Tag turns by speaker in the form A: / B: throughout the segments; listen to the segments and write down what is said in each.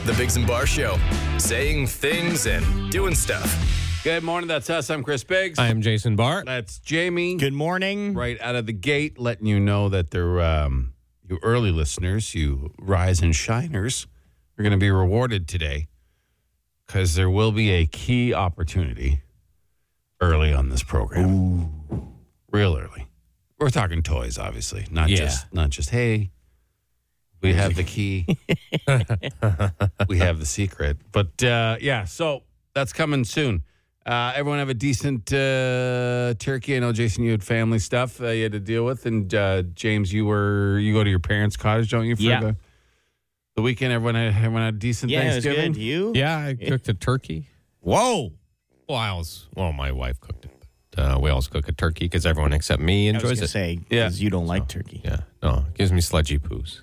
A: The Biggs and Bar Show, saying things and doing stuff.
B: Good morning. That's us. I'm Chris Biggs.
C: I am Jason Barr.
B: That's Jamie.
D: Good morning.
B: Right out of the gate, letting you know that they're um, you early listeners, you rise and shiners, are going to be rewarded today because there will be a key opportunity early on this program. Real early. We're talking toys, obviously. Not
C: Yeah.
B: just not just hey. We have the key. we have the secret. But uh, yeah, so that's coming soon. Uh, everyone have a decent uh, turkey. I know Jason, you had family stuff uh, you had to deal with, and uh, James, you were you go to your parents' cottage, don't you? For
D: Yeah.
B: the, the weekend, everyone had, everyone had a decent
D: Yeah, it was
B: Thanksgiving.
D: good. You?
C: Yeah, I cooked a turkey.
D: Whoa.
C: Well, I was, well, my wife cooked it. but, Uh, we always cook a turkey because everyone except me
D: I was
C: enjoys
D: gonna
C: it.
D: say
B: Yeah.
D: because you don't like turkey.
C: yeah, no, it gives me sludgy poos.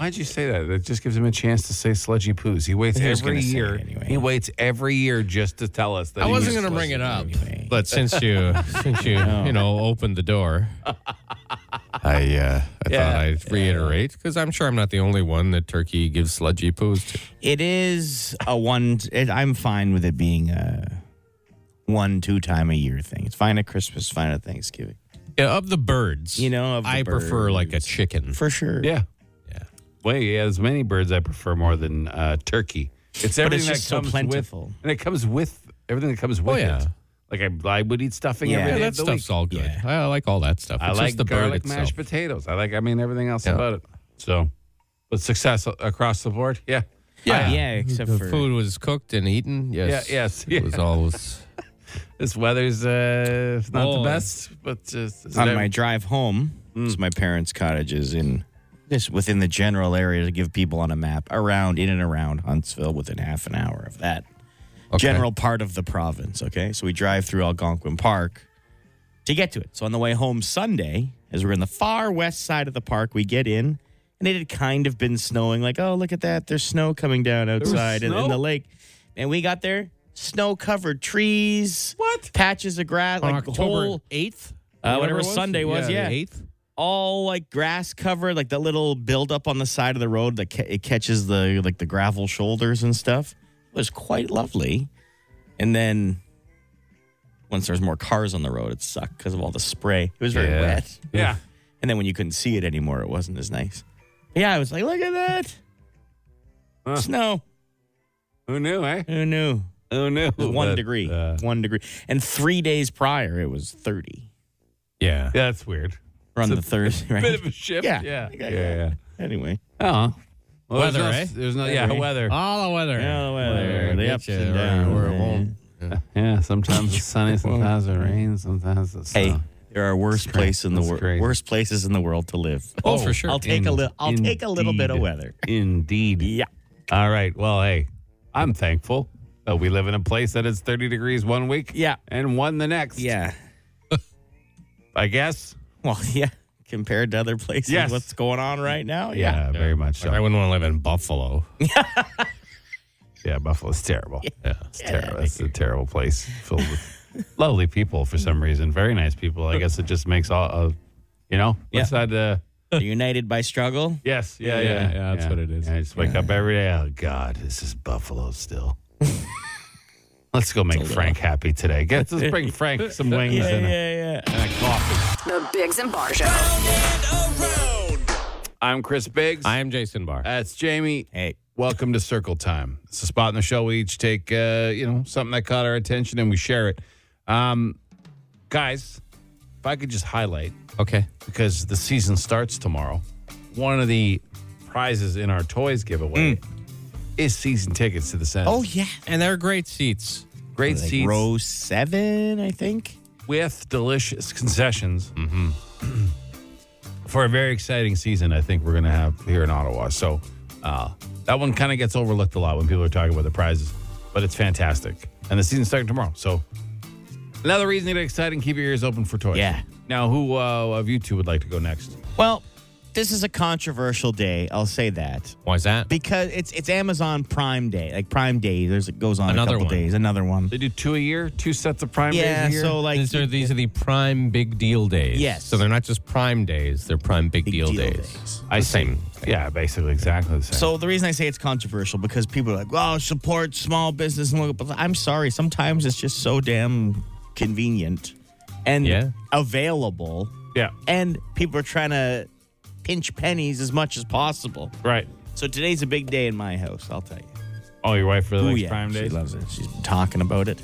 B: Why'd you say that? That just gives him a chance to say sludgy poos. He waits
D: He was
B: every
D: gonna say it
B: year.
D: anyway.
B: He waits every year just to tell us that.
C: I
B: he
C: wasn't
B: was
C: going to bring it
B: sludgy.
C: up,
D: anyway.
C: but since you, since you, you know, opened the door, I, uh, I
B: Yeah.
C: thought I'd reiterate because I'm sure I'm not the only one that turkey gives sludgy poos to.
D: It is a one. It, I'm fine with it being a one, two time a year thing. It's fine at Christmas, fine at Thanksgiving,
C: Yeah, of the birds,
D: You know, of the
C: I prefer like a
D: birds.
C: chicken.
D: for sure.
B: Yeah. Yeah. Well, yeah, as many birds I prefer more than uh, turkey. It's everything
D: just so
B: that comes
D: plentiful.
B: with, and it comes with everything that comes with
C: yeah.
B: it. Like I, I would eat stuffing
D: Yeah.
B: every
C: Yeah,
B: day.
C: that
B: of the
C: stuff's
B: week.
C: all good.
D: Yeah.
C: I like all that stuff.
B: I
C: It's
B: like
C: just the bird
B: garlic
C: itself.
B: mashed potatoes. I like. I mean everything else
C: Yeah.
B: about it. So, but success a- across the board. Yeah.
D: yeah, yeah. Except
C: the
D: for
C: food was cooked and eaten. Yes,
B: Yeah, yes,
C: it was
D: Uh,
C: always.
B: This weather's uh, it's not
C: Oh.
B: the best, but just
D: on my drive home, because my parents' cottage is in this within the general area to give people on a map around in and around Huntsville within half an hour of that general part of the province. Okay, so we drive through Algonquin Park to get to it. So on the way home Sunday, as we're in the far west side of the park, we get in. And it had kind of been snowing, like, oh, look at that. There's snow coming down outside and in the
B: snow?
D: lake. And we got there, snow covered trees,
B: What?
D: patches of grass,
C: On
D: like
C: October
D: whole,
C: eighth,
D: uh, whatever Sunday was, yeah.
C: eighth.
D: all like grass covered, like the little buildup on the side of the road that ca- it catches the like the gravel shoulders and stuff. It was quite lovely. And then once there's more cars on the road, it sucked because of all the spray. It was very
B: Yeah.
D: wet.
B: yeah.
D: And then when you couldn't see it anymore, it wasn't as nice. But yeah, I was like, look at that
B: Huh.
D: snow.
B: Who knew? Eh?
D: Who knew?
B: Who knew?
D: It was one
B: But,
D: degree.
B: uh,
D: one degree. And three days prior, it was thirty.
C: Yeah.
B: yeah, that's weird.
D: Or on
B: It's a
D: the Thursday, right?
B: Bit of a shift.
D: Yeah.
B: Yeah.
D: Okay,
B: Yeah.
D: yeah.
B: yeah.
D: anyway.
B: Oh. Well,
C: Weather,
B: there's no,
C: eh?
B: There's no, yeah,
D: Weather.
B: weather.
C: All the weather.
D: Yeah, the weather. The
C: get
D: ups
C: you
D: and
C: right
D: downs,
C: where it
D: eh?
C: won't.
B: Yeah, sometimes it's sunny, sometimes it rains, sometimes it's
D: Hey,
B: snow.
D: there are worse places in the
B: That's crazy.
D: world. Worse places in the world to live.
C: Oh, for sure.
D: I'll take a
B: In-
D: little. I'll take a little bit of
B: indeed.
D: weather.
B: Indeed.
D: Yeah.
B: All right. Well, hey, I'm thankful that we live in a place that is 30 degrees one week.
D: Yeah.
B: And one the next.
D: Yeah.
B: I guess.
D: Well, yeah. Compared to other places,
B: Yes.
D: what's going on right now? Yeah.
B: Yeah, very much so.
C: Like, I wouldn't want to live in Buffalo.
B: yeah, Buffalo's terrible.
C: Yeah.
B: It's terrible. It's a terrible place filled with lovely people for some reason. Very nice people. I guess it just makes all of, you know,
D: Yeah.
B: let's not, uh,
D: United by struggle.
B: Yes. Yeah. Yeah.
C: Yeah, yeah, that's what it is.
B: I just wake up every day. Oh God, this is Buffalo still. Let's go make Frank happy today. Get, let's bring Frank some wings and, a,
D: yeah, yeah.
B: and a coffee.
E: The Biggs and Bar Show.
B: I'm Chris Biggs.
C: I am Jason Barr.
B: That's Jamie.
D: Hey.
B: Welcome to Circle Time. It's a spot in the show we each take, uh, you know, something that caught our attention and we share it. Um, guys, if I could just highlight
C: okay.
B: because the season starts tomorrow. One of the prizes in our toys giveaway
C: Mm.
B: is season tickets to the Senate.
D: Oh yeah.
C: And they're great seats.
B: Great
D: Like
B: seats
D: row seven, I think.
B: with delicious concessions
C: Mm-hmm.
B: for a very exciting season. I think we're going to have here in Ottawa. So uh, that one kind of gets overlooked a lot when people are talking about the prizes, but it's fantastic. And the season's starting tomorrow. So another reason to get excited and keep your ears open for toys.
D: Yeah.
B: Now, who uh, of you two would like to go next?
D: Well, This is a controversial day. I'll say that
C: Why's that?
D: because it's it's Amazon Prime Day, like Prime Day. There's it goes on
C: Another
D: a couple
C: one.
D: days. Another one.
B: They do two a year, two sets of prime
D: Yeah.
B: days a year.
D: So like
C: these are these are the prime big deal days.
D: Yes.
C: So they're not just prime days; they're prime big,
D: Big
C: deal,
D: deal
C: days.
D: days.
C: I see.
B: yeah, basically exactly the same.
D: So the reason I say it's controversial because people are like, "Well, support small business." And local," but I'm sorry, sometimes it's just so damn convenient and
C: Yeah.
D: available,
B: yeah,
D: and people are trying to pinch pennies as much as possible.
B: right.
D: So today's a big day in my house. I'll tell you.
B: Oh, your wife really
D: Oh
B: likes
D: yeah,
B: prime
D: she
B: days.
D: loves it. She's been talking about it.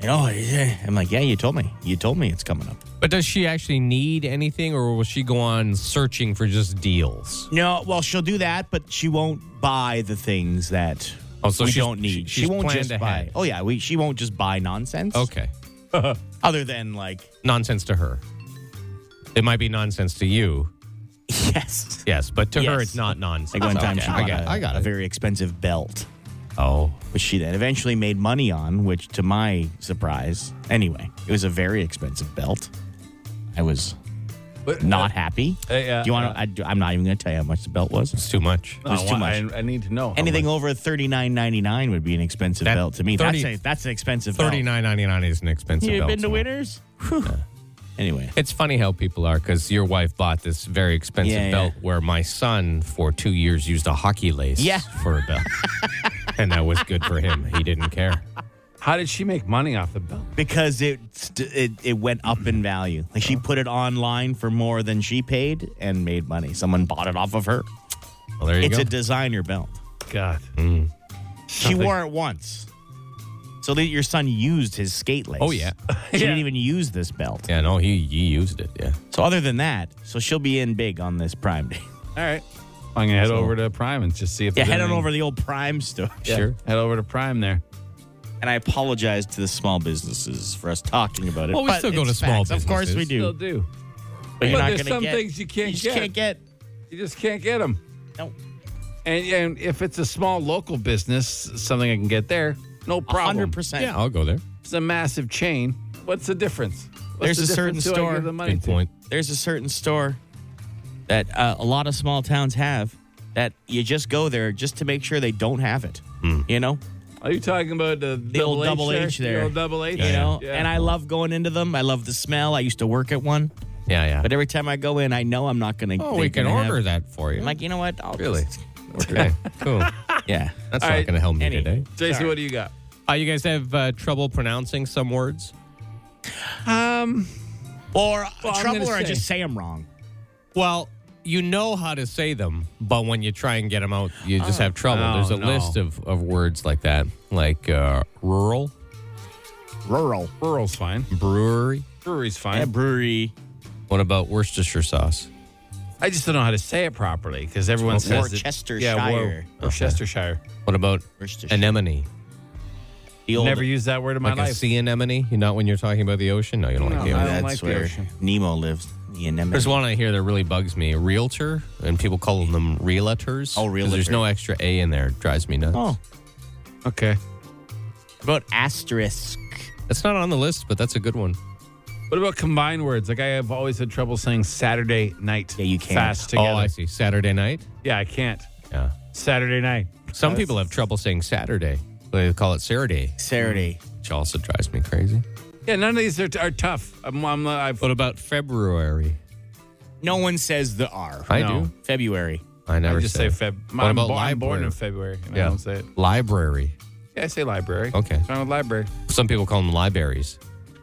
D: And oh, yeah. I'm like, yeah, you told me. You told me it's coming up.
C: But does she actually need anything, or will she go on searching for just deals?
D: No, well, she'll do that, but she won't buy the things that
C: Oh, so
D: we
C: she's-
D: don't need.
C: she-
D: She,
C: she's
D: won't
C: planned
D: just
C: ahead.
D: buy. Oh yeah, we, she won't just buy nonsense.
C: Okay.
D: Other than like,
C: Nonsense to her. It might be nonsense to you.
D: yes.
C: Yes, but to her,
D: Yes.
C: it's not nonsense.
D: Like one time
C: Okay,
D: she
C: I
D: bought
C: got,
D: a,
C: I got
D: a
C: it.
D: very expensive belt,
C: oh,
D: which she then eventually made money on. Which, to my surprise, anyway, it was a very expensive belt. I was not happy.
B: Uh, yeah,
D: do you want? to? I'm not even going to tell you how much the belt was.
C: it's too much.
B: No,
D: was too
B: I-
D: much.
B: I, I need to know. how
D: Anything
B: much.
D: over thirty nine ninety nine would be an expensive
C: That-
D: belt to me.
C: 30
D: that's a, that's an expensive
C: Thirty
D: belt.
C: nine ninety nine is an expensive.
D: You've
C: belt
D: been
C: to
D: to
C: me.
D: Winners. Whew. Anyway,
C: It's funny how people are because your wife bought this very expensive
D: Yeah, yeah.
C: belt where my son for two years used a hockey lace
D: Yeah.
C: for a belt. and that was good for him. He didn't care.
B: How did she make money off the belt?
D: because it st- it it went up in value. Like
C: Oh.
D: she put it online for more than she paid and made money. Someone bought it off of her.
C: Well, there you
D: It's
C: go.
D: a designer belt.
B: God,
D: She wore it once. So that your son used his skate lace.
C: Oh, yeah.
D: She didn't even use this belt.
C: yeah, no, he, he used it. Yeah.
D: So other than that, so she'll be in big on this Prime Day.
B: All right. I'm gonna head over to Prime and just see if.
D: Yeah,
B: there's
D: head on
B: anything-
D: over to the old Prime store.
B: Yeah, Head over to Prime there.
D: and I apologize to the small businesses for us talking about it.
C: Well, we
D: but
C: still go
D: it's
C: to small
D: facts. Of course we
C: businesses.
D: do.
B: do.
D: But
B: But
D: you're not
B: there's
D: gonna
B: some
D: get-
B: things you can't
D: you just
B: get.
D: can't get.
B: You just can't get them.
D: No,
B: And and if it's a small local business, something I can get there, no problem.
D: hundred percent.
C: Yeah, I'll go there.
B: It's a massive chain. What's the difference? What's
D: There's a certain
B: difference who I
D: store-
B: give the money
C: Good
B: to?
C: point.
D: There's a certain store that uh, a lot of small towns have that you just go there just to make sure they don't have it. You know,
B: Are you talking about the,
D: the old double
B: there?
D: H there.
B: The old double H.
D: You know,
B: Yeah.
D: and I love going into them. I love the smell. I used to work at one,
C: Yeah, yeah.
D: but every time I go in, I know I'm not going to.
C: oh, we can order that for you.
D: I'm like, you know what? I'll
C: really?
D: just-
C: Okay, cool.
D: yeah.
C: That's
B: All
C: not
B: right,
C: going to help me
D: any-
C: today.
B: Jason, what do you got?
C: Uh, you guys have uh, trouble pronouncing some words?
D: Or uh,
B: I'm
D: trouble,
B: gonna
D: or I
B: say-
D: just say I'm wrong.
C: Well, you know how to say them, but when you try and get them out, you just have trouble.
B: Oh,
C: There's a
B: no.
C: list of, of words like that, like uh, rural,
D: Rural.
B: Rural's fine.
C: brewery.
B: Brewery's fine.
D: Yeah, brewery.
C: What about Worcestershire sauce?
B: I just don't know how to say it properly because everyone says it-
D: Worcestershire.
B: Yeah, Wor- Worcestershire.
C: What about
D: Worcestershire.
C: anemone?
D: The old-
B: Never used that word in my
C: Like a
B: life.
C: sea anemone? You know when you're talking about the ocean? No, you don't like the
B: I
C: ocean.
B: don't
D: That's
B: like the
D: where
B: ocean.
D: Nemo lives. The anemone.
C: There's one I hear that really bugs me. Realtor, and people call them realtors.
D: Oh,
C: 'cause There's
D: realtor.
C: no extra a in there. It drives me nuts.
D: Oh.
B: Okay.
D: What about asterisk?
C: That's not on the list, but that's a good one.
B: What about combined words? Like I have always had trouble saying Saturday night.
D: Yeah, you can't.
B: Fast
C: Oh,
B: together.
C: I see. Saturday night.
B: yeah, I can't.
C: Yeah.
B: Saturday night.
C: Some people have trouble saying Saturday. They call it Saturday,
D: Saturday.
C: which also drives me crazy.
B: Yeah, none of these are, are tough. I'm, I'm, I've,
C: What about February?
D: No one says the R.
C: I
B: No.
C: do.
D: February.
C: I never
B: I just say
C: said it.
B: Feb.
C: What
B: I'm,
C: about
B: bo- I'm born
C: library?
B: in February. And
C: Yeah.
B: I don't say it.
C: library.
B: Yeah, I say library.
C: Okay.
B: What's wrong with library?
C: Some people call them libraries.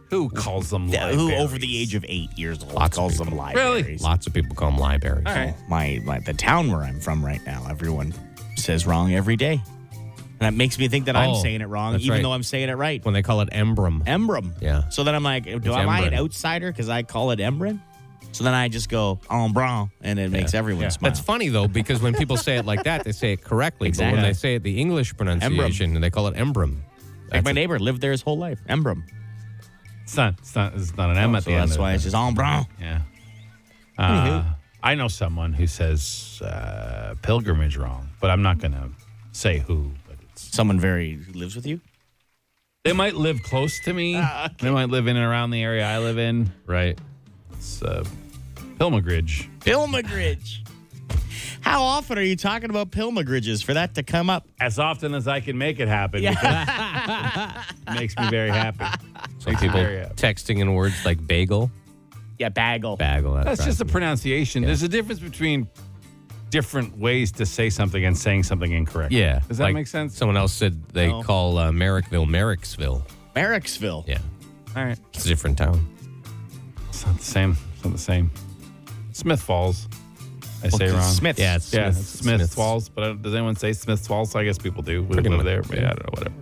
B: Who calls them
D: Yeah,
B: library?
D: Who over the age of eight years old
C: Lots of
D: calls them libraries?
C: Lots of people call them libraries.
B: All right.
D: My, my the town where I'm from right now, everyone says wrong every day, and that makes me think that I'm
C: Oh,
D: saying it wrong,
C: that's
D: even
C: right.
D: though I'm saying it right.
C: When they call it emblem.
D: Embrum.
C: Yeah.
D: So then I'm like, do am I an
C: Embrun.
D: outsider because I call it Embrum? So then I just go Embrum, and it makes everyone smile.
C: That's funny though, because when people say it like that, they say it correctly. But
D: Exactly.
C: when they say it the English pronunciation, and they call it emblem.
D: like
C: That's
D: my
C: a-
D: neighbor lived there his whole life. Embrum.
B: It's not. It's not. It's not an M at
D: So
B: the end.
D: that's
B: of
D: why
B: it.
D: it's just Embrum.
B: Yeah. Uh,
C: Ah.
B: I know someone who says uh, pilgrimage wrong, but I'm not going to say who. But it's
D: Someone very who lives with you.
B: they might live Ah, close to me. They might live in and around the area I live in.
C: right.
B: It's uh, Pilgrimage.
D: Pilgrimage. How often are you talking about pilgrimages for that to come up?
B: As often as I can make it happen. because it makes me very happy.
C: Some
B: Makes me
C: people
B: very happy.
C: texting in words like bagel,
D: Yeah, bagel.
C: bagel. That
B: That's
C: drives
B: just a
C: me-
B: pronunciation. There's a difference between different ways to say something and saying something incorrect.
C: yeah.
B: Does that
C: like
B: make sense?
C: Someone else said they
D: No.
C: call uh, Merrickville Merricksville.
D: Merricksville.
C: Yeah,
B: All right.
C: it's a different town.
B: It's not the same. It's not the same. Smith Falls. I say wrong.
D: Smith.
C: Yeah, it's
B: Yeah,
C: Smith's-
B: Smith,
C: Smith's.
B: Falls. But I don't- does anyone say Smith Falls? I guess people do. We
C: Pretty
B: live
C: much,
B: there. But yeah, I don't know. Whatever.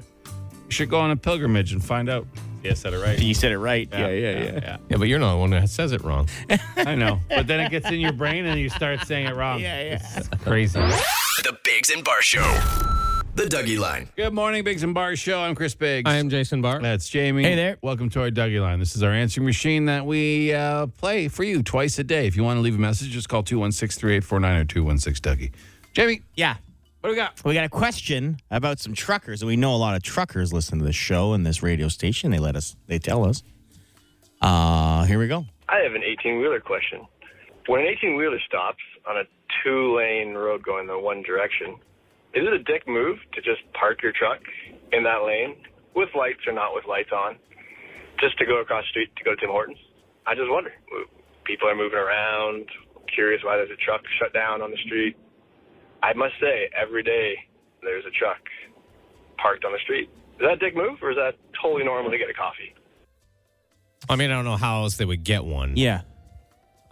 B: You should go on a pilgrimage and find out. Yeah, I said it right.
D: You said it right. Yeah, yeah, yeah.
C: Yeah, but you're not the one that says it wrong.
B: yeah. I know. But then it gets in your brain and you start saying it wrong.
D: Yeah, yeah.
B: It's crazy.
A: The Bigs and Bar Show. The Dougie Line.
B: Good morning, Biggs and Bar Show. I'm Chris Biggs.
C: I am Jason Barr.
B: That's Jamie.
C: Hey there.
B: Welcome to our Dougie line. This is our answering machine that we uh, play for you twice a day. If you want to leave a message, just call 216 384 216 Dougie. Jamie,
D: Yeah.
B: what do we got?
D: We got a question about some truckers, and we know a lot of truckers listen to this show and this radio station. They let us, they tell us. Uh, here we go.
E: I have an 18 wheeler question. When an 18 wheeler stops on a two lane road going the one direction, is it a dick move to just park your truck in that lane with lights or not with lights on just to go across the street to go to Tim Hortons? I just wonder. People are moving around, curious why there's a truck shut down on the street. I must say, every day there's a truck parked on the street. Is that a dick move or is that totally normal to get a coffee?
C: I mean, I don't know how else they would get one.
D: Yeah.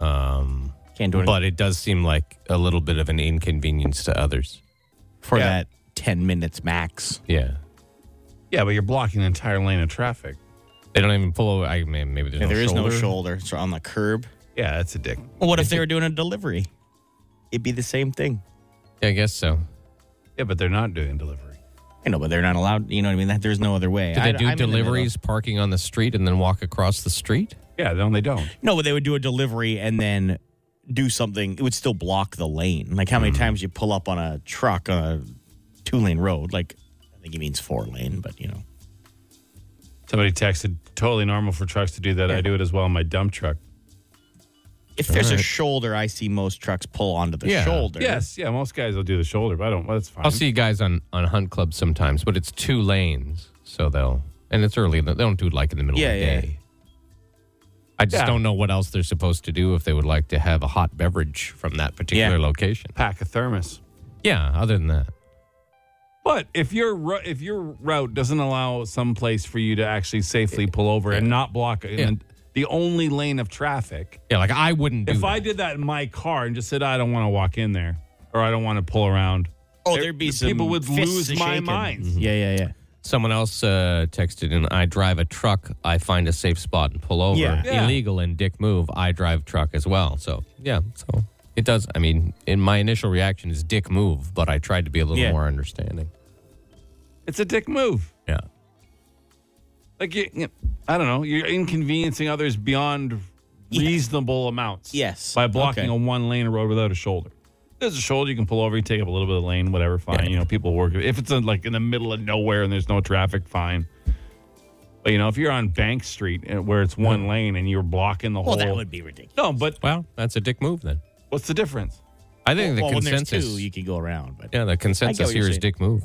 C: Um,
D: Can't do anything
C: but it does seem like a little bit of an inconvenience to others.
D: for that 10 minutes max.
C: Yeah.
B: Yeah, but you're blocking the entire lane of traffic.
C: They don't even pull over. I mean, maybe there's
D: Yeah,
C: no
D: there is
C: shoulder.
D: no shoulder. It's on the curb.
B: Yeah, that's a dick.
D: Well, what if they were doing a delivery? It'd be the same thing.
C: Yeah, I guess so.
B: Yeah, but they're not doing delivery.
D: I know, but they're not allowed. You know what I mean? That- There's no other way.
C: Do they
D: I-
C: do
D: I'm in the middle.
C: deliveries parking on the street and then walk across the street?
B: Yeah, no, they don't.
D: No, but they would do a delivery and then do something. It would still block the lane. Like how many times you pull up on a truck on a two lane road? Like I think he means four lane, but you know.
B: Somebody texted, totally normal for trucks to do that. I do it as well in my dump truck.
D: If there's a shoulder, I see most trucks pull onto the
C: Yeah.
D: shoulder.
B: Yes, yeah, most guys will do the shoulder, but I don't. Well, that's fine.
C: I'll
D: Mm-hmm.
C: see you guys on on Hunt Club sometimes, but it's two lanes, so they'll and it's early. in the- They don't do it like in the middle
D: Yeah,
C: of the
D: yeah.
C: day. I just
B: Yeah.
C: don't know what else they're supposed to do if they would like to have a hot beverage from that particular
D: Yeah.
C: location.
B: Pack a thermos.
C: Yeah, other than that,
B: But if your ru- if your route doesn't allow some place for you to actually safely pull over and not block and the only lane of traffic,
C: yeah, like I wouldn't do.
B: if
C: that.
B: I did that in my car and just said I don't want to walk in there or I don't want to pull around,
D: Oh, there'd be some
B: people would
D: fists
B: lose my
D: shaken.
B: mind.
D: Yeah, yeah, yeah.
C: Someone else uh, texted in, I drive a truck, I find a safe spot and pull over.
D: Yeah.
B: Yeah.
C: Illegal and dick move, I drive truck as well. So, yeah, so it does. I mean, in my initial reaction is dick move, but I tried to be a little
D: Yeah.
C: more understanding.
B: it's a dick move.
C: Yeah.
B: Like you, you- I don't know, you're inconveniencing others beyond reasonable amounts.
D: Yes.
B: by blocking
D: Okay.
B: a one lane road without a shoulder. There's a shoulder you can pull over, you take up a little bit of lane, whatever, fine. You know, people work. If it's in, like in the middle of nowhere and there's no traffic, fine. But you know, if you're on Bank Street uh, where it's one lane and you're blocking the
D: Well,
B: whole,
D: that would be ridiculous.
B: no. But
C: Well, that's a dick move then.
B: what's the difference?
C: I think the
D: well, when
C: consensus.
D: there's two, you could go around, but
C: yeah, the
D: I get
C: consensus
D: what you're
C: here is
D: saying.
C: dick move.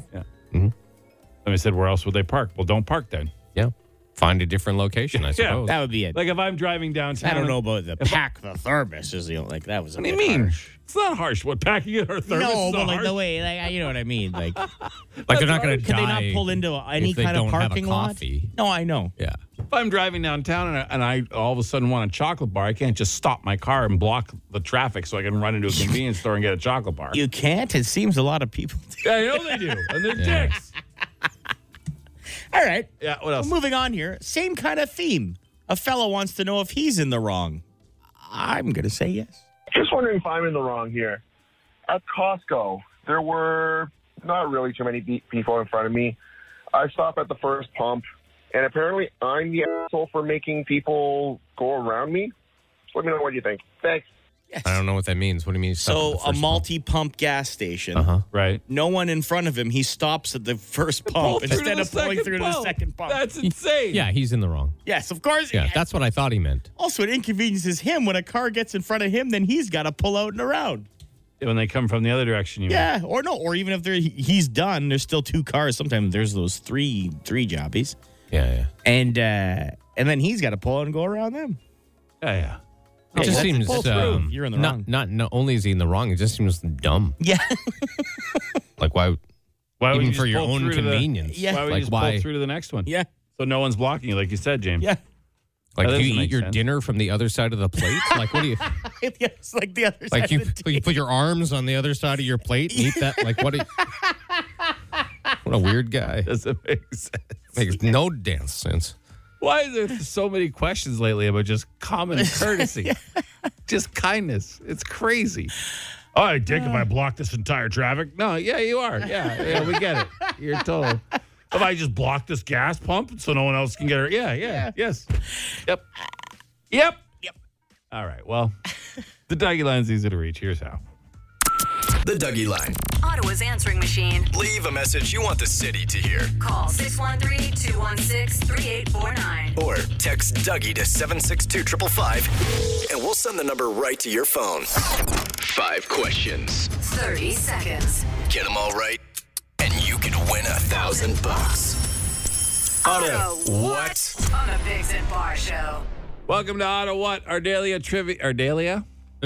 B: And I said, where else would they park? Well, don't park then.
C: Yeah. Find a different location, I suppose.
D: that would be it.
B: Like if I'm driving downtown,
D: I don't know about the pack the thermos is the only, like that was.
B: What do you mean? It's not harsh. What packing it or thermos?
D: No,
B: is
D: but
B: not
D: like
B: harsh.
D: the way, like I- you know what I mean. Like,
C: like they're not going to
D: could
C: die.
D: they not pull into any
C: if they
D: kind of
C: don't have a
D: parking lot?
C: coffee.
D: No, I know.
C: Yeah.
B: If I'm driving downtown and I, and I all of a sudden want a chocolate bar, I can't just stop my car and block the traffic so I can run into a convenience store and get a chocolate bar.
D: You can't. It seems a lot of people. do.
B: Yeah, I know they do, and they're dicks.
D: All right,
B: Yeah, what else?
D: moving on here. Same kind of theme. A fellow wants to know if he's in the wrong. I'm gonna say yes.
E: Just wondering if I'm in the wrong here. At Costco, there were not really too many pe- people in front of me. I stopped at the first pump, and apparently I'm the asshole for making people go around me. Just let me know what you think. Thanks.
C: I don't know what that means. What do you mean? stop at
D: So
C: the
D: a
C: first Uh-huh.
D: multi-pump gas station.
B: Right.
D: No one in front of him. He stops at the first
B: Oh,
D: pump instead of pulling through to the second pump.
B: That's
C: pump?
B: insane.
C: Yeah, he's in the wrong.
D: yes, of course.
C: Yeah, that's what I thought he meant.
D: also it inconveniences him when a car gets in front of him. Then he's got to pull out and around.
B: When they come from the other direction, you mean.
D: Yeah, or no, or even if they're, he- he's done, there's still two cars. Sometimes there's those three three jobbies,
C: Yeah, yeah.
D: and uh and then he's got to pull out and go around them.
B: Yeah, yeah.
C: It just
D: that's-
C: seems
D: pull through.
C: um,
D: You're in the
C: not,
D: wrong.
C: Not not only is he in the wrong, it just seems dumb.
D: Yeah,
C: Like why?
B: Why would you
C: even
B: just
C: for your
B: pull
C: own
B: through to the-
C: convenience.
D: Yeah.
B: Why would
C: Like,
B: you just
C: why-
B: pull through to the next one?
D: yeah,
B: So no one's blocking you, like you said, James.
D: yeah.
C: Like
B: That
C: do
B: doesn't
C: you
B: make
C: eat your
B: sense.
C: dinner from the other side of the plate. like what do you?
D: it's like the other
C: Like
D: side.
C: you,
D: of the
C: you put your arms on the other side of your plate and eat that. Like what? do you- what a weird guy.
B: Doesn't make sense.
C: Makes no damn sense.
B: Why is there so many questions lately about just common courtesy? just kindness. It's crazy. All right, Dick, if Oh, I block this entire traffic? No, yeah, you are. Yeah, yeah, we get it. You're total. If I just block this gas pump so no one else can get her. Yeah, yeah, yes. Yep. Yep. Yep. All right, well, the Dougie line's easy to reach. Here's how.
A: The Dougie Line.
F: Ottawa's answering machine.
A: Leave a message you want the city to hear.
F: Call 613 216 3849.
A: Or text Dougie to 762 555 and we'll send the number right to your phone. Five questions.
F: 30 seconds.
A: Get them all right, and you could win a thousand bucks. What?
F: On the Bigs and Bar Show.
B: Welcome to Ottawa. What? Our daily trivia. Our daily?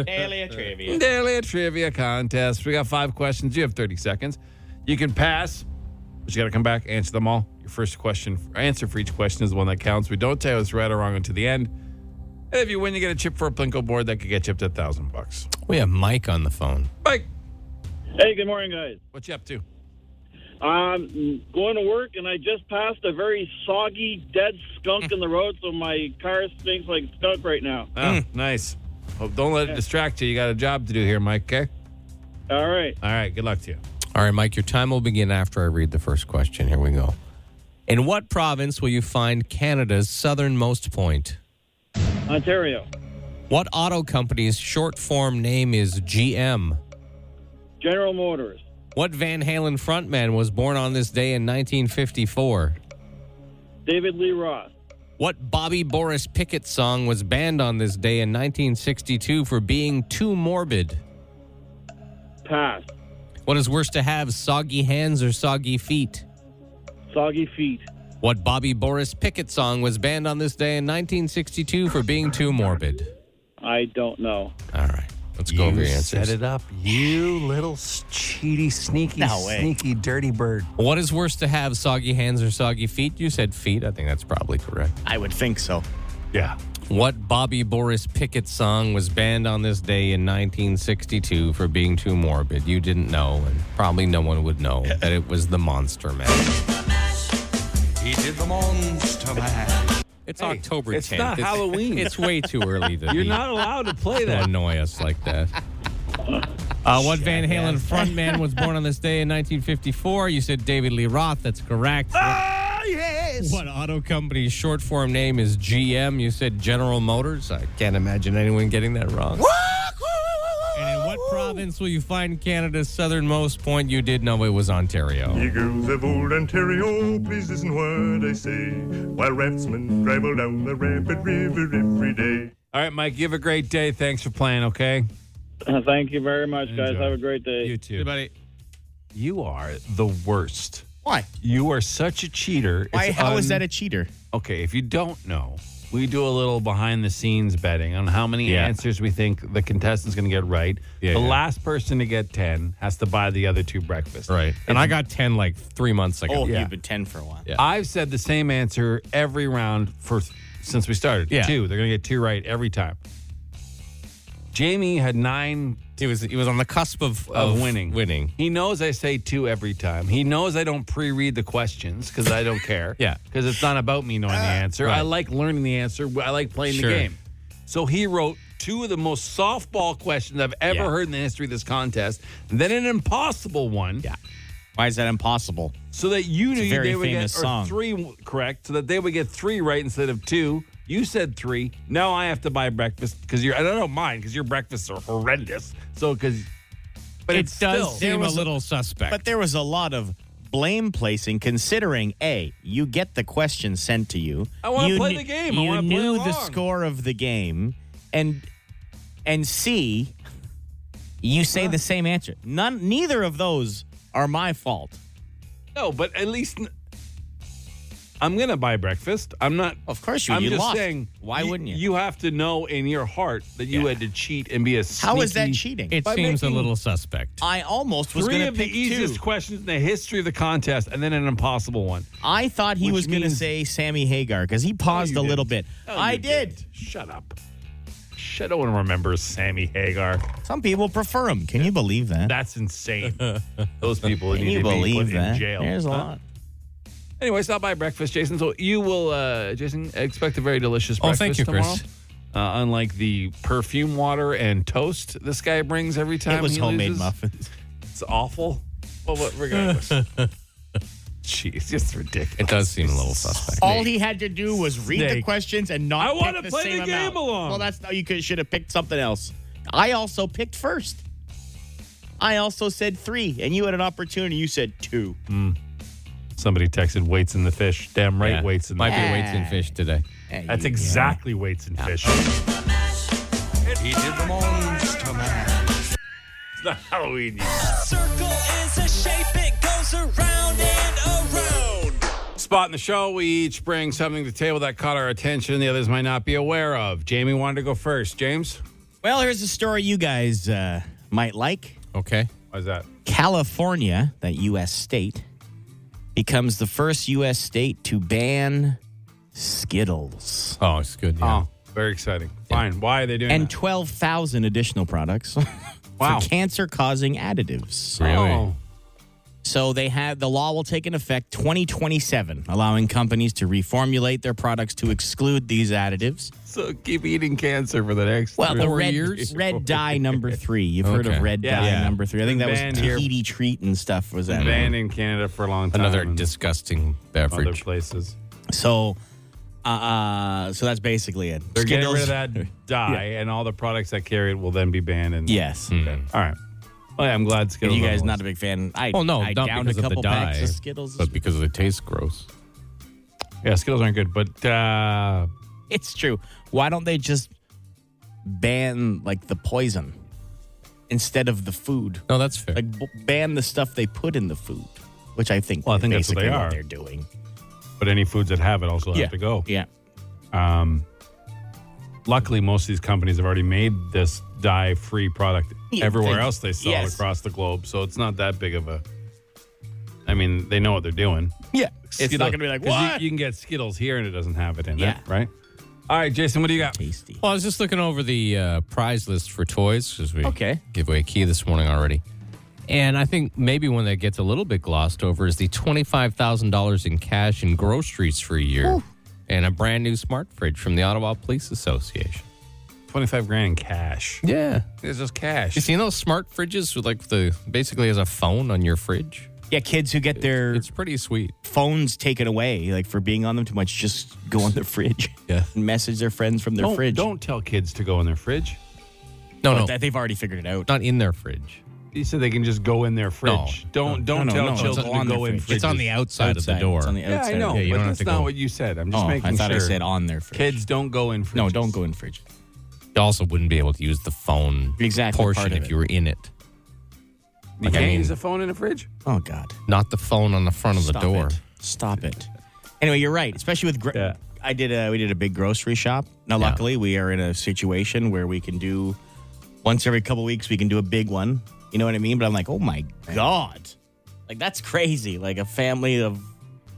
D: Alien trivia.
B: Daily trivia contest. We got five questions. You have 30 seconds. You can pass, but you got to come back, answer them all. Your first question, answer for each question is the one that counts. We don't tell you it's right or wrong until the end. And if you win, you get a chip for a Plinko board that could get you up to a thousand bucks.
C: We have Mike on the phone.
B: Mike,
G: Hey, good morning, guys.
B: what you up to?
G: I'm going to work, and I just passed a very soggy, dead skunk in the road, so my car stinks like skunk right now.
B: Oh, Nice. Hope don't let it distract you. You got a job to do here, Mike. Okay.
G: All right.
B: All right. Good luck to you.
C: All right, Mike, your time will begin after I read the first question. Here we go. In what province will you find Canada's southernmost point?
G: Ontario,
C: What auto company's short form name is GM?
G: General Motors,
C: What Van Halen frontman was born on this day in 1954?
G: David Lee Roth,
C: What Bobby Boris Pickett song was banned on this day in 1962 for being too morbid?
G: pass.
C: What is worse to have, soggy hands or soggy feet?
G: Soggy feet,
C: What Bobby Boris Pickett song was banned on this day in 1962 for being too morbid?
G: I don't know.
C: All right. Let's go over your answers.
B: up. You little cheaty, sneaky, sneaky, dirty bird.
C: What is worse to have, soggy hands or soggy feet? You said feet. I think that's probably correct.
D: I would think so.
B: Yeah.
C: What Bobby Boris Pickett song was banned on this day in 1962 for being too morbid? You didn't know, and probably no one would know that it was the Monster Man.
H: He did the monster man.
C: It's
B: Hey,
C: October 10th.
B: it's not Halloween.
C: It's way too early to
B: You're
C: be-
B: not allowed to play
C: to
B: that.
C: annoy us like that. Uh, what Van Halen frontman was born on this day in 1954? You said David Lee Roth. That's correct.
B: Ah!
C: What auto company's short form name is GM? You said General Motors. I can't imagine anyone getting that wrong. And in what province will you find Canada's southernmost point? You did know it was Ontario.
I: Ye girls of old Ontario, please listen what I say. While raftsmen travel down the rapid river every day.
B: All right, Mike, you have a great day. Thanks for playing, okay?
G: Thank you very much, guys.
B: Enjoy.
G: Have a great day.
B: You too.
C: Everybody,
B: You are the worst.
D: Why?
B: You are such a cheater.
D: Why? How
B: It's
D: is that a cheater?
B: Okay, if you don't know, we do a little behind the scenes betting on how many
C: Yeah.
B: answers we think the contestant's going to get right.
C: Yeah,
B: the
C: yeah.
B: last person to get 10 has to buy the other two breakfast.
C: right? And I got ten like three months ago.
D: Oh,
B: Yeah.
D: you've been ten for a while.
C: Yeah.
B: I've said the same answer every round for since we started.
C: Yeah.
B: Two. They're going to get two right every time. Jamie had nine
C: He was he was on the cusp of,
B: of, winning.
C: Winning.
B: He knows I say two every time. He knows I don't pre-read the questions because I don't care.
C: Yeah.
B: because it's not about me knowing the answer.
C: right.
B: I like learning the answer. I like playing
C: Sure.
B: the game. So he wrote two of the most softball questions I've ever
C: Yeah.
B: heard in the history of this contest. Then an impossible one. Yeah.
D: Why is that impossible?
B: So that you knew
D: very
B: they would get
D: famous
B: or
D: song.
B: three correct, so that they would get three right instead of two. You said three. Now I have to buy breakfast because you're. I don't know mine because your breakfasts are horrendous. So because, but
C: It does
B: it's still-
D: there
C: seem a
D: was a-
C: little suspect.
D: But there was a lot of blame placing considering A, you get the question sent to you.
B: I wanna
D: You
B: play
D: kn-
B: the game. I
D: You
B: wanna play
D: knew the
B: along.
D: score of the game and and C you say the same answer. None neither of those are my fault.
B: no. But at least n- I'm gonna buy breakfast. I'm not.
D: Of course you
B: I'm
D: Oh, you
B: just
D: lost.
B: saying.
D: Why wouldn't you?
B: You have to know in your heart that you
D: Yeah.
B: had to cheat and be a. Sneaky,
D: How is that cheating?
C: it
B: by
C: seems a
B: making
C: little suspect.
D: I almost was
B: Three
D: going to
B: of the
D: pick
B: easiest
D: two.
B: questions in the history of the contest, and then an impossible one.
D: I thought he
B: which
D: was going to
B: means-
D: say Sammy Hagar because he paused
B: you
D: a little bit.
B: No,
D: I
B: Oh, you
D: did.
B: didn't. Shut up. Shut. No one remembers Sammy Hagar.
D: Some people prefer him. Can you believe that?
B: That's insane. Those people
D: Can
B: need
D: you
B: to be
D: believe
B: put
D: that?
B: in jail.
D: There's a
B: Huh?
D: lot.
B: Anyway, stop by breakfast, Jason. So you will, uh, Jason, expect a very delicious
C: Oh,
B: breakfast
C: thank you,
B: tomorrow.
C: Chris.
B: Uh, unlike the perfume water and toast this guy brings every time
D: It was
B: he
D: homemade
B: loses.
D: muffins.
B: It's awful. Well, what, regardless. Jeez, it's ridiculous.
C: It does seem a little suspect.
D: All he had to do was read the
B: Snake.
D: questions and not.
B: I
D: pick
B: wanna
D: the
B: play the
D: same
B: game
D: amount.
B: along.
D: Well, that's no. You could, should have picked something else. I also picked first. I also said three, and you had an opportunity. You said two.
B: Somebody texted weights in the fish. Damn right,
C: Yeah.
B: weights in the
C: Might
B: fish.
C: be weights and fish today.
B: That's exactly weights in fish. It's
H: He did the monster mash.
B: not Halloween.
H: Circle is a shape, it goes around and around.
B: Spot in the show, we each bring something to the table that caught our attention the others might not be aware of. Jamie wanted to go first. James?
D: Well, here's a story you guys uh, might like.
C: Okay.
B: Why's that?
D: California, that U.S. state, becomes the first U.S. state to ban Skittles
C: Oh, it's good. Yeah.
B: Oh, very exciting. Fine. Why are they doing
D: and
B: that?
D: 12,000 additional products
B: Wow.
D: for cancer causing additives.
C: Really?
B: Oh,
D: So they had the law will take in effect 2027, allowing companies to reformulate their products to exclude these additives.
B: so keep eating cancer for the next
D: Well, the
B: three-
D: red
C: years?
D: red dye number three. You've heard
C: Okay.
D: of red
B: Yeah.
D: dye
B: Yeah.
D: number three. I think that was
B: Banned here.
D: Tahiti treat and stuff. Was that
B: banned in Canada for a long time.
C: Another
B: and
C: disgusting
B: other
C: beverage.
B: places.
D: So, uh, uh, so that's basically it.
B: They're getting rid of that dye, and all the products that carry it will then be banned. And
C: Hmm.
D: Yes.
B: all right. Well, yeah, I'm glad
D: Are
B: Skittles.
D: you guys
B: are
D: not a big fan? I,
C: Well, no,
D: I
C: not
D: downed
C: because
D: a
C: of the
D: couple packs
C: dye,
D: of Skittles.
C: but because it tastes gross.
B: Yeah, Skittles aren't good, but uh,
D: it's true. Why don't they just ban like the poison instead of the food?
C: No, that's fair.
D: Like b- ban the stuff they put in the food, which I think,
B: Well, I think that's what
D: basically
B: they are.
D: they're doing.
B: but any foods that have it also
D: yeah.
B: have to go.
D: Yeah.
B: Um, luckily, most of these companies have already made this dye-free product
D: Yeah,
B: everywhere
D: thank-
B: else they sell
D: yes.
B: across the globe, so it's not that big of a. I mean, they know what they're doing.
D: Yeah. It's
B: Skittle-
D: not going to be like,
B: 'cause you-
D: what?
B: You, can get Skittles here, and it doesn't have it in
D: Yeah.
B: it, right? All right, Jason, what do you got?
D: Tasty.
C: Well, I was just looking over the uh, prize list for toys because we
D: Okay.
C: gave away a key this morning already. And I think maybe one that gets a little bit glossed over is the $25,000 in cash and groceries for a year and a brand new smart fridge from the Ottawa Police Association.
B: Twenty-five grand in cash.
C: Yeah.
B: It's just cash.
C: You seen those smart fridges with like the basically as a phone on your fridge?
D: Yeah, kids who get their
C: It's pretty sweet.
D: phones taken away, like for being on them too much, just go on the fridge.
C: Yeah.
D: And message their friends from their
B: don't,
D: fridge.
B: don't tell kids to go in their fridge.
C: No,
D: But
C: no,
D: that- they've already figured it out.
C: not in their fridge.
B: You said they can just go in their fridge. Don't don't
D: no,
B: tell
D: no, it's
B: children
D: on
B: to
D: their
B: go in
D: fridge.
B: fridges.
C: It's on the outside, of the
D: Outside,
C: door.
D: It's on the
B: Yeah,
D: outside.
B: I know,
C: Yeah, you
B: but
C: don't have
B: that's
C: to
B: not
C: go-
B: what you said. I'm just
D: Oh,
B: making
D: I thought
B: sure.
D: I said on their fridge.
B: Kids don't go in fridges.
D: No, don't go in fridge.
C: You also wouldn't be able to use the phone
D: Exactly, part
C: portion
D: of
C: if
D: it.
C: you were in it.
B: You can't use a phone in a fridge.
D: Oh God.
C: Not the phone on the front of the
D: Stop
C: door.
D: it. Stop it. Anyway, you're right. Especially with gro-
B: Yeah.
D: I did a we did a big grocery shop. Now luckily we are in a situation where we can do once every couple weeks we can do a big one. You know what I mean? But I'm like, oh my God. Like that's crazy. Like a family of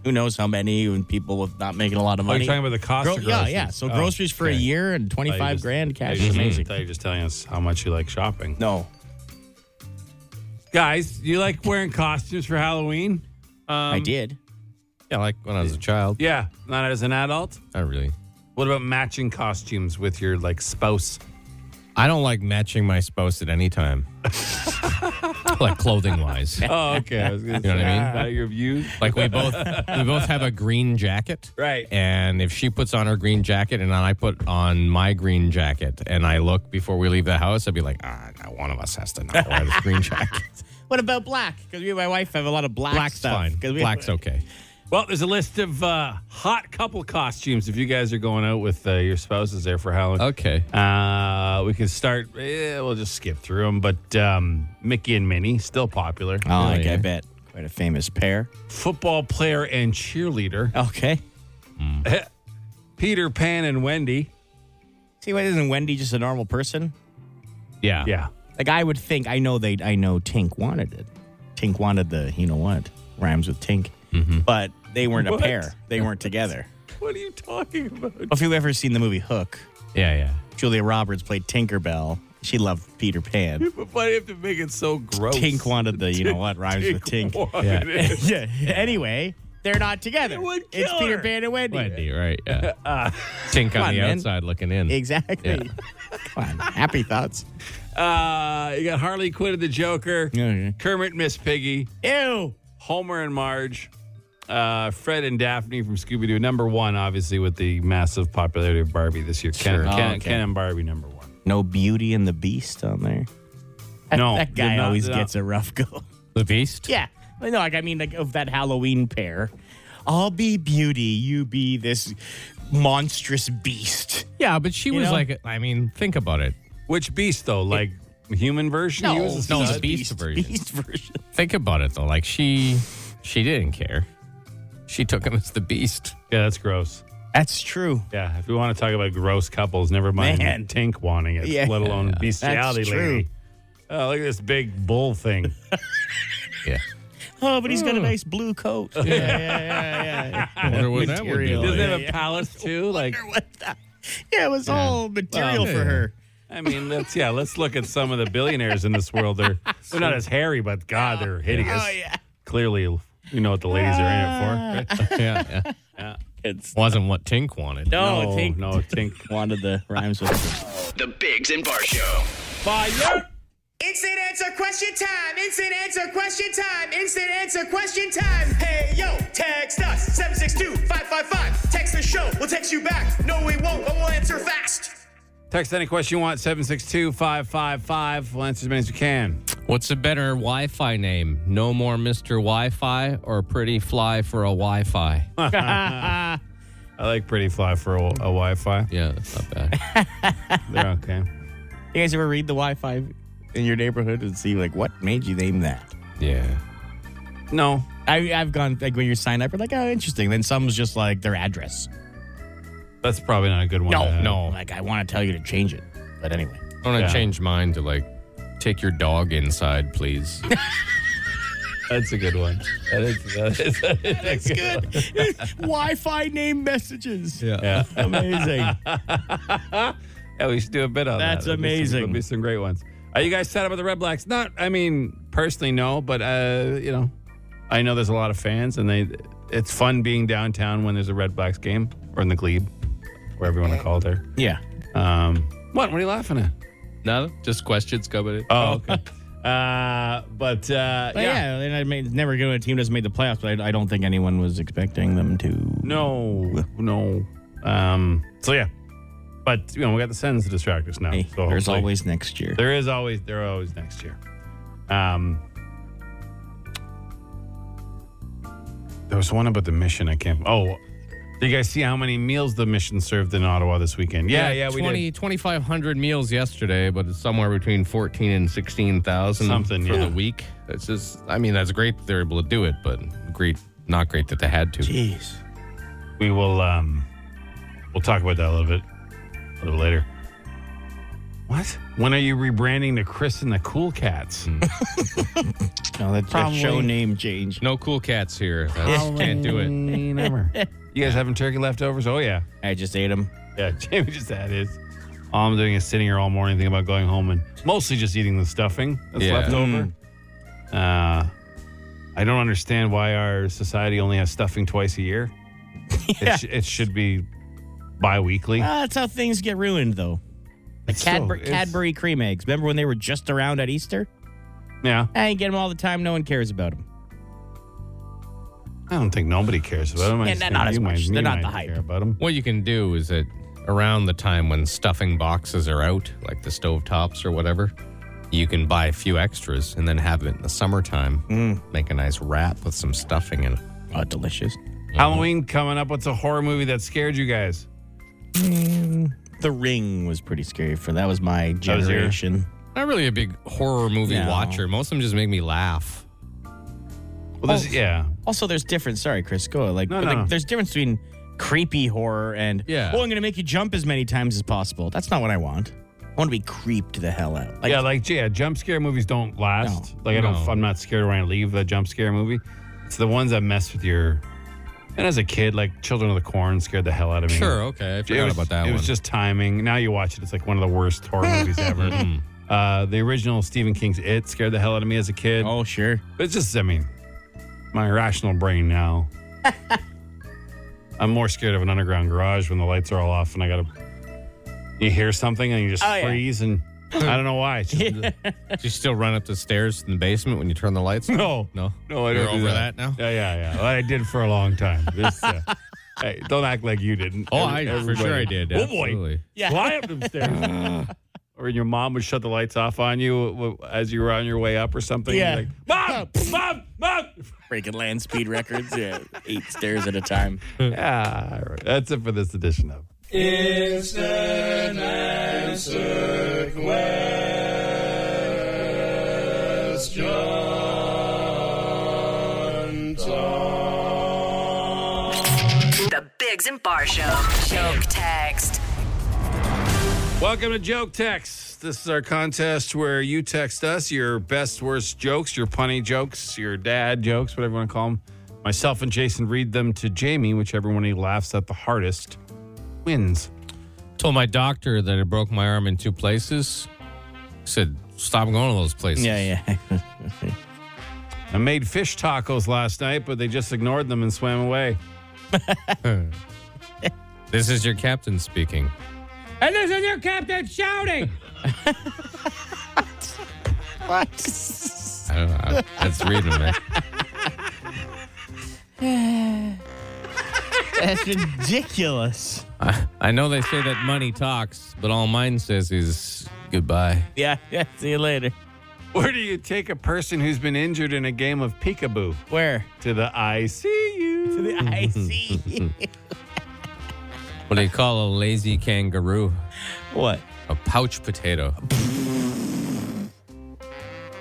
D: who knows how many and people with not making a lot of
B: Oh,
D: money.
B: you're talking about the cost
D: Gro-
B: of
D: yeah,
B: groceries.
D: yeah. So
B: Oh,
D: groceries for a
B: okay.
D: year and
B: I thought
D: twenty
B: you
D: five
B: just-
D: grand
B: I
D: cash
B: just-
D: is amazing.
B: I thought you were just telling us how much you like shopping.
D: No.
B: Guys, do you like wearing costumes for Halloween? Um,
D: I did.
C: Yeah, like when I was a child.
B: Yeah, not as an adult.
C: Not really.
B: What about matching costumes with your like spouse?
C: I don't like matching my spouse at any time, like clothing wise.
B: Oh, okay. I was going to
C: You know what I mean?
B: Your views?
C: Like we both we both have a green jacket.
B: Right.
C: And if she puts on her green jacket and then I put on my green jacket and I look before we leave the house, I'd be like, ah, now one of us has to not wear this green jacket.
D: What about black? Because me and my wife have a lot of black
C: Black's
D: stuff.
C: fine.
D: 'Cause we-
C: Black's okay.
B: Well, there's a list of uh, hot couple costumes if you guys are going out with uh, your spouses there for Halloween.
C: Okay.
B: Uh, we can start. Eh, we'll just skip through them. But um, Mickey and Minnie still popular.
D: Oh, I,
C: yeah.
D: I bet. Quite a famous pair.
B: Football player and cheerleader.
D: Okay.
B: Peter Pan and Wendy.
D: See, why isn't Wendy just a normal person?
C: Yeah.
B: Yeah.
D: Like I would think. I know they. I know Tink wanted it. Tink wanted the. You know what? Rhymes with Tink. But they weren't
B: What?
D: a pair. They weren't together.
B: What are you talking about?
D: If you've ever seen the movie Hook,
C: Yeah. Yeah.
D: Julia Roberts played Tinkerbell. She loved Peter Pan.
B: Why do you have to make it so gross?
D: Tink wanted the, you know what, rhymes with Tink.
B: Yeah.
D: yeah. Anyway, they're not together.
B: It would
D: It's
B: kill
D: Peter
B: her.
D: Pan and Wendy.
C: Wendy, right? Yeah. Tink on,
D: Ah. on,
C: the
D: man.
C: outside looking in.
D: Exactly. Come on. Happy thoughts.
B: Uh, you got Harley Quinn and the Joker,
D: Yeah, yeah.
B: Kermit, Miss Piggy,
D: Ew.
B: Homer and Marge, uh, Fred and Daphne from Scooby Doo. Number one, obviously, with the massive popularity of Barbie this year. Ken,
D: Sure.
B: Ken,
D: Oh, okay.
B: Ken and Barbie, number one.
D: No Beauty and the Beast on there.
B: No,
D: that guy
B: did not-
D: always
B: did not-
D: gets a rough go.
C: The Beast.
D: yeah. Well, No, like I mean, like of that Halloween pair. I'll be Beauty. You be this monstrous beast.
C: Yeah, but she was
D: know?
C: like, I mean, think about it.
B: Which beast though? Like human version? He was a
C: no,
B: stud.
C: the Beast version.
D: Beast version.
C: Think about it though. Like she, she didn't care. She took him as the Beast.
B: Yeah, that's gross.
D: That's true.
B: Yeah, if we want to talk about gross couples, never mind
D: Man.
B: Tink wanting it,
D: Yeah.
B: let alone bestiality
D: That's true.
B: lady. Oh, look at this big bull thing.
C: Yeah.
D: Oh, but he's got a nice blue coat. Yeah, yeah, yeah, yeah.
C: I wonder what that would be
D: Material.
C: like.
B: Doesn't it have a palace too? Like,
D: What the? Yeah, it was all material
C: Well,
D: for her.
B: I mean, let's yeah, let's look at some of the billionaires in this world. They're they're not as hairy, but God, they're hideous.
D: Oh, yeah.
B: Clearly, you know what the ladies are in it for.
C: yeah, yeah.
D: It's
C: Wasn't what Tink wanted.
D: No, Tink-
B: no, Tink.
D: wanted the rhymes with
A: The Bigs and Bar Show.
B: Fire!
J: Instant answer question time. Instant answer question time. Instant answer question time. Hey, yo, text us 762 555. Text the show. We'll text you back. No, we won't, but we'll answer fast.
B: Text any question you want, 762-555. We'll answer as many as we can.
C: What's a better Wi-Fi name? No more Mr. Wi-Fi or Pretty Fly for a Wi-Fi?
B: I like Pretty Fly for a, a Wi-Fi.
C: Yeah, that's not bad.
B: They're okay.
D: You guys ever read the Wi Fi in your neighborhood and see, like, what made you name that?
C: Yeah.
B: No.
D: I, I've gone, like, when you sign up, you're like, oh, interesting. Then some's just like their address.
B: That's probably not a good one. to have.
D: Like, I want to tell you to change it. But anyway.
C: I want to
B: Yeah.
C: change mine to like, take your dog inside, please.
B: That's a good one. That is, that is,
D: That's good. wi Fi name messages.
B: yeah.
D: Amazing.
B: yeah, we should do a bit on
D: That's
B: that. There'll be some-
D: amazing.
B: There'll be some great ones. Are you guys sad about the Red Blacks? Not, I mean, personally, no, but, uh, you know, I know there's a lot of fans, and they it's fun being downtown when there's a Red Blacks game or in the Glebe, wherever you want to call it there.
D: yeah.
B: Um, what? What are you laughing at?
C: no, just questions coming in.
B: Oh, okay. uh, but, uh, yeah.
D: But yeah. and I mean, it's never good when a team doesn't make the playoffs, but I, I don't think anyone was expecting them to.
B: No, no. Um, so, yeah. But, you know, we got the Sens to distract us now.
D: Hey,
B: so
D: there's
B: hopefully-
D: always next year.
B: There is always there are always next year. Um There was one about the mission I can't oh do you guys see how many meals the mission served in Ottawa this weekend? Yeah, yeah, we
C: 20,
B: did.
C: 2,500 meals yesterday, but it's somewhere between 14 and 16,000
B: Something,
C: for
B: yeah.
C: the week. It's just, I mean, that's great that they're able to do it, but great, not great that they had to.
D: Jeez.
B: We will um we'll talk about that a little bit a little later. What? When are you rebranding to Chris and the Cool Cats?
D: No, that's a
B: Probably.
D: show name change.
C: No cool cats here. That's, can't do it.
B: Never. You guys having turkey leftovers? Oh yeah.
D: I just ate them.
B: Yeah, Jamie just had his. All I'm doing is sitting here all morning thinking about going home and mostly just eating the stuffing that's
C: Yeah.
B: left
D: Mm-hmm.
B: over. Uh, I don't understand why our society only has stuffing twice a year. It, sh- it should be bi weekly.
D: Ah, that's how things get ruined, though. The
B: It's so-
D: Cadbur-
B: it's-
D: Uh, Cadbury cream eggs. Remember when they were just around at Easter?
B: Yeah.
D: I get them all the time. No one cares about them.
B: I don't think nobody cares about them. I
D: Yeah,
B: just
D: not-
B: think
D: not as
B: you
D: much.
B: might-
D: They're
B: you
D: not the
B: might
D: hype.
B: care about 'em.
C: What you can do is that around the time when stuffing boxes are out, like the stovetops or whatever, you can buy a few extras and then have it in the summertime. Make a nice wrap with some stuffing in it.
D: Oh, delicious.
B: Halloween coming up. What's a horror movie that scared you guys?
D: The Ring was pretty scary for that was my
B: was your-
D: generation.
C: Not really a big horror movie
D: No.
C: watcher. Most of them just make me laugh.
B: Well, this,
D: Oh.
B: yeah.
D: Also, there's different. Sorry, Chris, go like,
B: No,
D: but, like,
B: no.
D: there's difference between creepy horror and
C: Yeah.
D: Oh, I'm gonna make you jump as many times as possible. That's not what I want. I want to be creeped the hell out. Like,
B: yeah, like yeah, jump scare movies don't last. like I don't,
C: No.
B: I'm not scared when I leave the jump scare movie. It's the ones that mess with your. And as a kid, like Children of the Corn scared the hell out of me.
C: Sure, okay. I
B: it
C: forgot
B: was,
C: about that
B: it
C: one.
B: was just timing. Now you watch it, it's like one of the worst horror movies ever.
C: Mm-hmm.
B: Uh, the original Stephen King's It scared the hell out of me as a kid.
D: oh sure.
B: But It's just, I mean, my rational brain now. I'm more scared of an underground garage when the lights are all off and I gotta. You hear something and you just
D: Oh, yeah.
B: freeze and I don't know why. It's just-
C: Do you still run up the stairs in the basement when you turn the lights on?
B: No,
C: No?
B: no, I
C: You're
B: don't do
C: over that now?
B: Yeah, yeah, yeah. Well, I did for a long time. This, uh, hey, don't act like you didn't.
C: Oh, I,
B: Every-
C: for sure I
B: everybody-
C: did.
B: Oh boy,
C: absolutely.
B: fly up them stairs. Or your mom would shut the lights off on you uh, w- as you were on your way up or something.
D: Yeah.
B: Like, mom, mom, mom.
D: Breaking land speed records. Yeah, eight stairs at a time.
B: Yeah, all right. that's it for this edition of.
F: The Bigs and Bar Show. Joke text.
B: Welcome to Joke Text. This is our contest where you text us your best, worst jokes, your punny jokes, your dad jokes, whatever you want to call them. Myself and Jason read them to Jamie, whichever one he laughs at the hardest wins.
C: Told my doctor that I broke my arm in two places. Said, stop going to those places.
D: Yeah, yeah.
B: I made fish tacos last night, but they just ignored them and swam away.
C: This is your captain speaking. And this is your captain shouting. I don't know. I- That's reading it.
D: That's ridiculous.
C: I know they say that money talks, but all mine says is goodbye.
D: Yeah, yeah. See you later.
B: Where do you take a person who's been injured in a game of peekaboo?
D: Where?
B: To the ICU.
D: To the IC.
C: What do you call a lazy kangaroo?
D: what?
C: A pouch potato.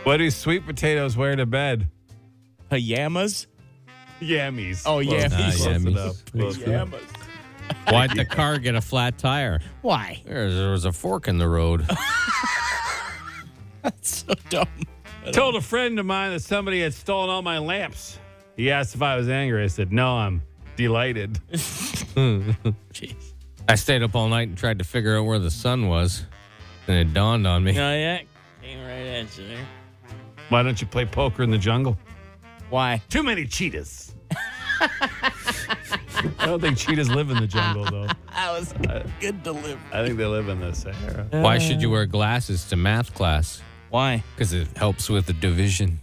B: What do sweet potatoes wear to bed?
D: Pajamas?
B: Yammies.
D: Oh,
B: Close-
D: yammies.
B: Close
C: Ah, yammies.
B: enough. Close enough.
C: Why'd the car get a flat tire?
D: Why?
C: There, there was a fork in the road.
D: So dumb.
B: Told a friend of mine that somebody had stolen all my lamps. He asked if I was angry. I said, No, I'm delighted.
D: Jeez.
C: I stayed up all night and tried to figure out where the sun was, and it dawned on me.
D: Oh, yeah. Came right at you there.
B: Why don't you play poker in the jungle?
D: Why?
B: Too many cheetahs. I don't think cheetahs live in the jungle, though.
D: That was good delivery.
B: I think they live in the Sahara.
C: Why should you wear glasses to math class?
D: Why?
C: Because it helps with the division.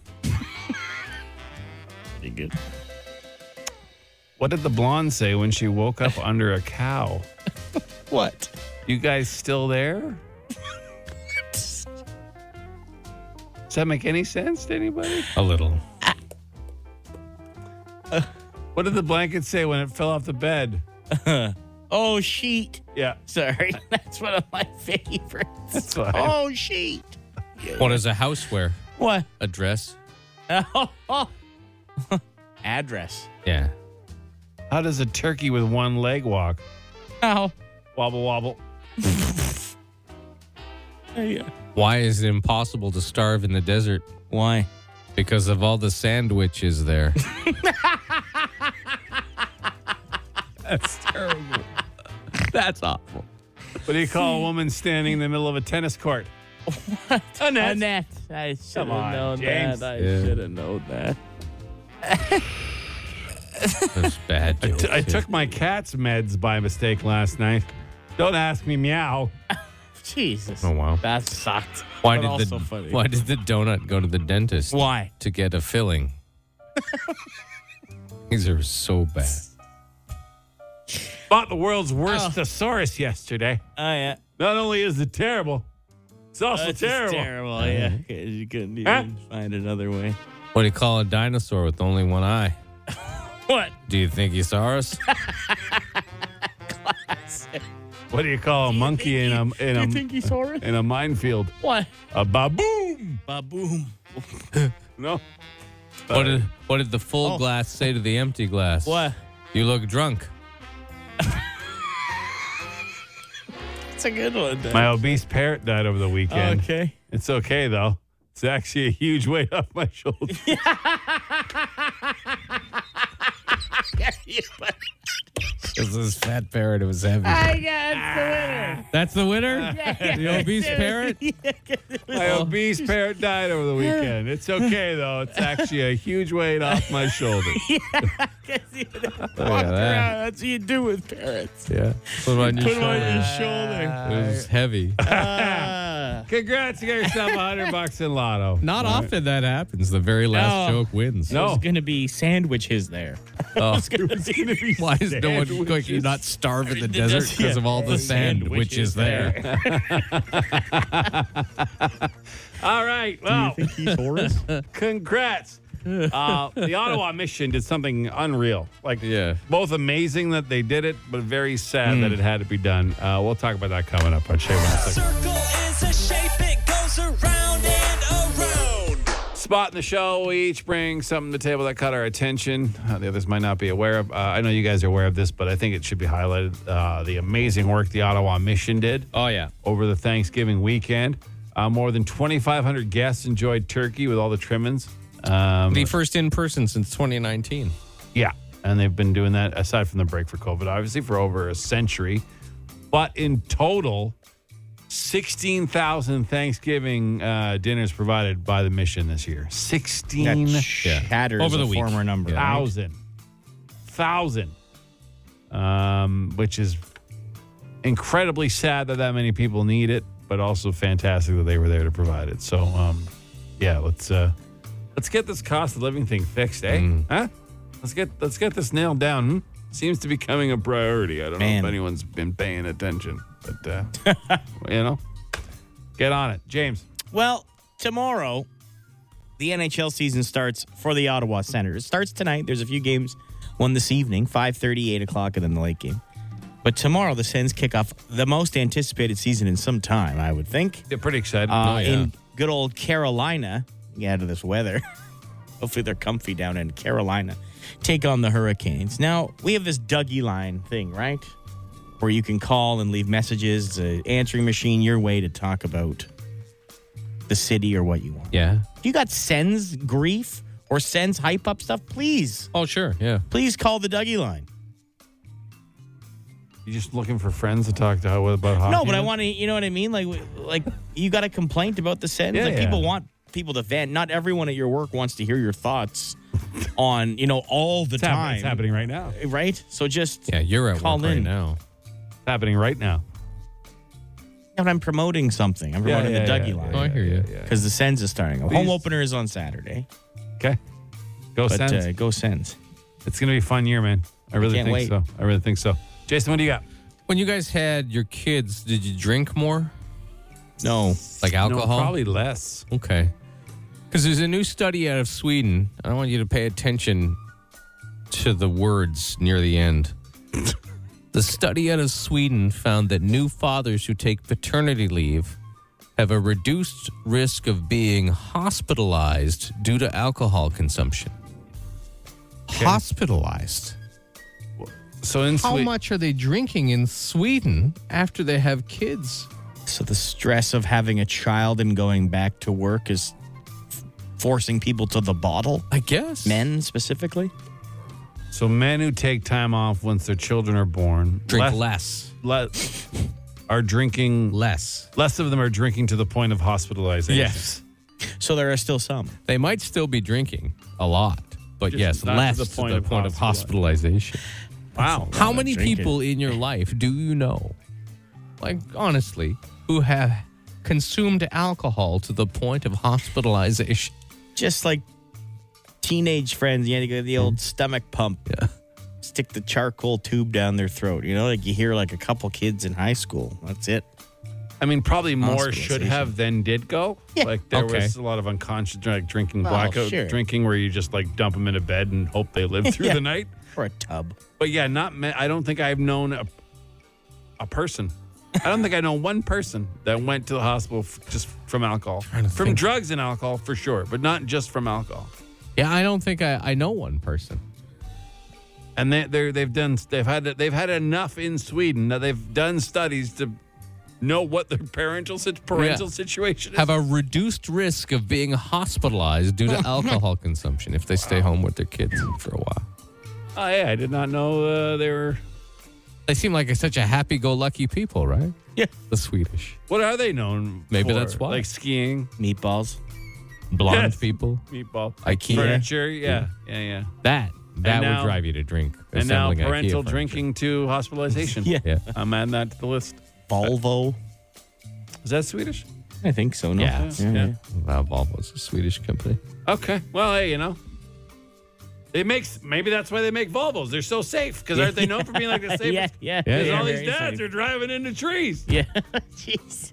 D: Pretty good.
B: What did the blonde say when she woke up under a cow?
D: What?
B: You guys still there? Does that make any sense to anybody?
C: A little.
B: What did the blanket say when it fell off the bed?
D: Oh, sheet.
B: Yeah.
D: Sorry. That's one of my favorites.
B: That's fine.
D: Oh, sheet.
C: What does a house wear?
D: What?
C: A dress?
D: Address.
C: Yeah.
B: How does a turkey with one leg walk?
D: How?
B: Wobble, wobble.
C: Why is it impossible to starve in the desert?
D: Why?
C: Because of all the sandwiches there.
B: That's terrible.
D: That's awful.
B: what do you call a woman standing in the middle of a tennis court? Annette.
D: Annette. I should have
B: on,
D: known
B: James.
D: that. I
C: Yeah.
D: should have known that.
C: That's bad.
B: I,
C: Jokes,
B: t- I took my cat's meds by mistake last night. Don't ask me meow.
D: Jesus.
B: Oh, wow.
D: That sucked.
C: Why
D: But
C: did
D: also
C: the
D: funny.
C: Why did the donut go to the dentist? Why to get a filling? These are so bad.
B: Bought the world's worst thesaurus yesterday.
D: Oh yeah.
B: Not only is it terrible, it's also
D: That's just terrible. Yeah. You couldn't even
B: Huh?
D: find another way.
C: What do you call a dinosaur with only one eye?
D: What?
C: Do you think he saw us?
B: What do you call a monkey in a in
D: You
B: a
D: think he saw it?
B: in a minefield?
D: What?
B: A baboom.
D: Ba-boom.
B: No.
C: what did What did the full glass say to the empty glass?
D: What?
C: You look drunk.
D: It's a good one. Dan.
B: My obese parrot died over the weekend.
D: okay.
B: It's okay though. It's actually a huge weight off my shoulders.
C: Because this fat parrot was heavy. I got That's the winner. That's the winner. the obese parrot.
B: my
C: Oh.
B: obese parrot died over the weekend. It's okay though. It's actually a huge weight off my shoulders.
C: Look at that.
D: That's what you do with parrots.
C: Yeah. Put it on your
D: Put 'em on your
C: shoulder.
D: shoulder.
C: It was heavy. Ah.
B: Congrats, you got yourself a hundred bucks in lotto.
C: Not often that happens. The very last
D: No.
C: joke wins.
D: There's
B: No.
D: going to be sandwiches there.
C: Oh.
D: gonna be
C: Why is no one cooking? You not starve in the desert
D: just-
C: because
D: yeah.
C: of all the sand which
D: Sandwiches
C: is there.
B: All right. Well, congrats. Uh, the Ottawa mission did something unreal. Like,
C: Yeah. Hmm.
B: both amazing that they did it, but very sad that it had to be done. Uh, we'll talk about that coming up on Shea Wednesday.
H: Circle is a shape, it goes around and around.
B: Spot in the show, we each bring something to the table that caught our attention. Uh, the others might not be aware of. Uh, I know you guys are aware of this, but I think it should be highlighted. Uh, the amazing work the Ottawa mission did.
C: Oh yeah.
B: over the Thanksgiving weekend. Uh, more than 2,500 guests enjoyed turkey with all the trimmings. Um,
C: The first in person since 2019.
B: yeah, and they've been doing that aside from the break for COVID, obviously, for over a century. But in total, 16,000 Thanksgiving uh, dinners provided by the mission this year.
D: That
B: 16,000.
D: shatters
C: Over the
D: a
C: week.
D: former number.
B: Thousand. Um, which is incredibly sad that that many people need it, but also fantastic that they were there to provide it. So, um, yeah, let's uh, let's get this cost of living thing fixed, eh?
D: Mm.
B: Huh? Let's get let's get this nailed down. Hmm? Seems to be becoming a priority. I don't
D: Man.
B: know if anyone's been paying attention, but uh, you know, get on it, James.
D: Well, tomorrow, the NHL season starts for the Ottawa Senators. It starts tonight. There's a few games, one this evening, 5.30, 8 o'clock, and then the late game. But tomorrow, the Sens kick off the most anticipated season in some time, I would think.
B: They're pretty excited.
D: Uh,
C: Oh, yeah.
D: In good old Carolina, get out of this weather. Hopefully, they're comfy down in Carolina. Take on the Hurricanes. Now, we have this Dougie line thing, right? Where you can call and leave messages, it's an answering machine your way to talk about the city or what you want.
C: Yeah.
D: If you got Sens grief or Sens hype up stuff, please,
C: Oh sure. Yeah.
D: please call the Dougie line.
B: you just looking for friends to talk to about hockey?
D: No, but I want to. You know what I mean? Like, like you got a complaint about the Sens.
B: Yeah,
D: like
B: yeah.
D: people want people to vent. Not everyone at your work wants to hear your thoughts on you know all the
B: It's happening-
D: time.
B: it's happening right now.
D: right? So just
C: Yeah. You're at
D: Call
C: work right
D: in.
C: now.
B: It's happening right now.
D: and I'm promoting something. I'm
B: Yeah,
D: promoting
B: yeah,
D: the
B: yeah,
D: Dougie
B: yeah,
D: line
C: Oh, I hear you.
D: because the Sens is starting. A home opener is on Saturday,
B: Okay. Go
D: but
B: Sens.
D: uh, go Sens.
B: it's going to be a fun year, man. I really
D: can't
B: think
D: wait.
B: so. I really think so. Jason, what do you got?
C: When you guys had your kids, did you drink more?
D: No,
C: Like alcohol?
B: probably less.
C: Okay. Because there's a new study out of Sweden. I want you to pay attention to the words near the end. the study out of Sweden found that new fathers who take paternity leave have a reduced risk of being hospitalized due to alcohol consumption. Hospitalized.
B: So in
C: How
B: Swe-
C: much are they drinking in Sweden after they have kids?
D: so the stress of having a child and going back to work is f- forcing people to the bottle.
C: I guess.
D: Men specifically.
B: So men who take time off once their children are born
C: drink
B: le-
C: less.
B: le- are drinking.
C: Less.
B: Less of them are drinking to the point of hospitalization.
D: So there are still some.
C: They might still be drinking a lot, but
B: Just
C: yes,
B: not to
C: less
B: the point of hospitali-
C: hospitalization.
B: Wow.
C: How many people in your life do you know like honestly, who have consumed alcohol to the point of hospitalization.
D: Just like teenage friends, you had to go to the old stomach pump. Stick the charcoal tube down their throat. You know, like you hear like a couple kids in high school. That's it.
B: I mean, probably more should
D: Hospitalization.
B: have than did go. Like there
C: Okay.
B: was a lot of unconscious like drinking,
D: Well,
B: blackout
D: sure.
B: drinking, where you just like dump them in a bed and hope they live through
D: Yeah.
B: the night.
D: Or a tub.
B: But yeah, not. Me- I don't think I've known a, a person. I don't think I know one person that went to the hospital f- just from alcohol, from drugs and alcohol for sure, but not just from alcohol.
C: Yeah, I don't think I, I know one person.
B: And they they're, they've done they've had they've had enough in Sweden that they've done studies to know what their parental sit- parental
C: Yeah.
B: situation is.
C: Have a reduced risk of being hospitalized due to alcohol consumption if they stay home with their kids for a while.
B: oh yeah, I did not know uh, they were.
C: They seem like such a happy-go-lucky people, right?
D: Yeah.
C: The Swedish.
B: What are they known?
C: Maybe
B: for?
C: that's why.
B: Like skiing,
D: Meatballs.
C: Blonde
B: Yes.
C: people.
B: meatball,
C: IKEA.
B: furniture. Yeah, yeah, yeah.
C: That that
B: now-
C: would drive you to drink.
B: And now
C: assembling IKEA
B: parental
C: furniture.
B: drinking to hospitalization.
D: Yeah.
C: Yeah.
B: I'm adding that to the list.
D: Volvo.
B: Is that Swedish?
D: I think so. No?
C: Yeah.
B: Yeah.
C: Wow, Volvo's a Swedish company.
B: Okay. Well, hey, you know, they make maybe that's why they make Volvos. They're so safe because aren't they known for being like the safest?
D: Yeah. Yeah.
C: Yeah,
B: Because
C: yeah,
B: all these
D: very
B: dads
D: safe.
B: are driving into trees.
D: Yeah. Jesus.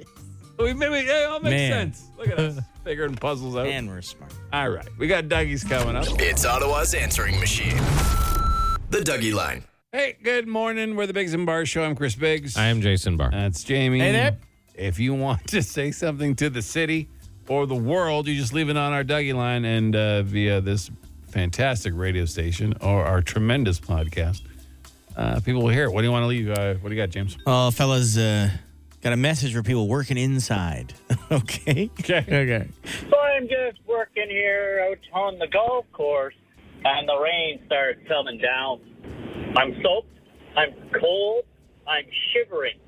B: We maybe it all makes
D: Man.
B: sense. Look at us figuring puzzles out.
D: And we're smart.
B: All right, we got Dougie's coming up.
A: It's Ottawa's answering machine. The Dougie Line.
B: Hey, good morning. We're the Biggs and Barr Show. I'm Chris Biggs.
C: I am Jason Barr.
B: That's Jamie.
D: Hey there.
B: If you want to say something to the city or the world, you just leave it on our Dougie line and uh, via this fantastic radio station or our tremendous podcast. Uh, people will hear it. What do you want to leave? Uh, what do you got, James?
D: Oh, fellas, uh, got a message for people working inside. okay.
B: Okay.
D: Okay.
K: So I'm just working here out on the golf course, and the rain starts coming down. I'm soaked, I'm cold, I'm shivering.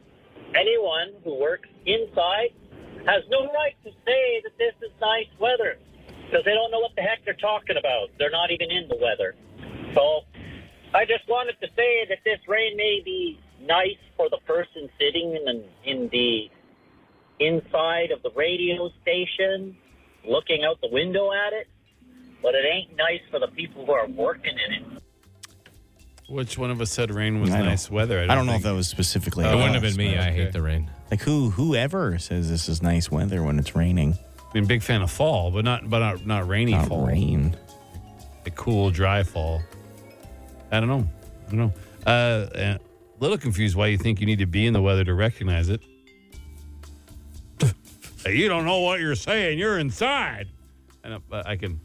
K: Anyone who works inside has no right to say that this is nice weather because they don't know what the heck they're talking about. They're not even in the weather. So I just wanted to say that this rain may be nice for the person sitting in the, in the inside of the radio station, looking out the window at it, but it ain't nice for the people who are working in it.
B: Which one of us said rain was
D: I don't-
B: nice weather?
D: I don't, know if that was specifically.
C: it
D: us,
C: wouldn't have been me.
D: but-
C: I hate the rain.
D: Like who? Whoever says this is nice weather when it's raining?
B: I mean, big fan of fall, but not but not not rainy
D: Not
B: fall.
D: rain.
B: The cool dry fall. I don't know. I don't know. Uh, uh, a little confused why you think you need to be in the weather to recognize it. Hey, you don't know what you're saying. You're inside. I know, but I can.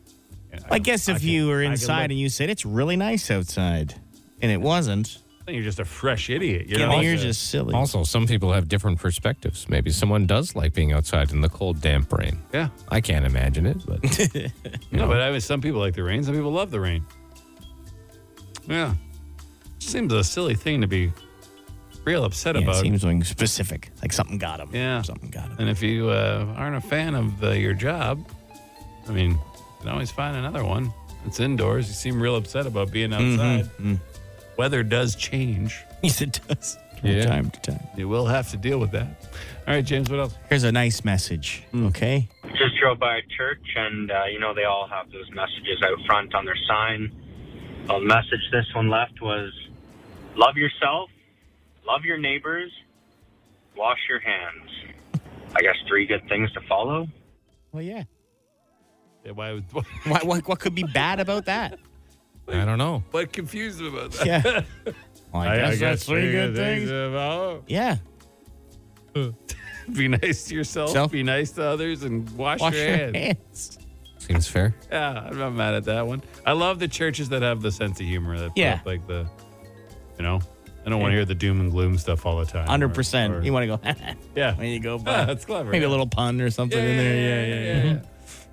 D: I guess if
B: I can-
D: you were
B: I can
D: inside
B: look.
D: and you said it's really nice outside, and it wasn't,
B: Then you're just a fresh idiot. You
D: then
B: know?
D: you're
B: It's a-
D: just silly.
C: Also, some people have different perspectives. Maybe someone does like being outside in the cold, damp rain.
B: yeah.
C: I can't imagine it, but
B: No, but I mean, some people like the rain. Some people love the rain. Yeah, seems a silly thing to be real upset
D: yeah, it
B: about.
D: seems like specific. Like something got him.
B: Yeah.
D: Something got him.
B: And if you uh, aren't a fan of uh, your job, I mean, you can always find another one. It's indoors. You seem real upset about being
D: Mm-hmm,
B: outside. Weather does change.
D: Yes, it does. From
C: Yeah.
D: time to time.
B: You will have to deal with that. All right, James, what else?
D: Here's a nice message.
B: Hmm.
D: Okay.
L: just drove by a church, and uh, you know they all have those messages out front on their sign. A message this one left was, "Love yourself, love your neighbors, wash your hands." I guess three good things to follow.
D: Well, yeah.
B: Yeah, Why, was-
D: What, what, what could be bad about that?
C: I don't know.
B: what confused them about that?
D: Yeah. Well, I guess that's
B: three
D: good things.
B: about-
D: Yeah.
B: Be nice to yourself,
D: Self-
B: be nice to others, and wash,
D: Wash
B: your,
D: your
B: hands.
D: hands.
C: Seems fair.
B: Yeah, I'm not mad at that one. I love the churches that have the sense of humor. That
D: Yeah.
B: that, like the, you know, I don't want to hear the doom and gloom stuff all the time. or-
D: Hundred percent.
B: or-
D: You want to go
B: yeah,
D: when you go
B: Ah,
D: by.
B: that's clever.
D: Maybe
B: yeah.
D: a little pun or something in there. Yeah, yeah, yeah.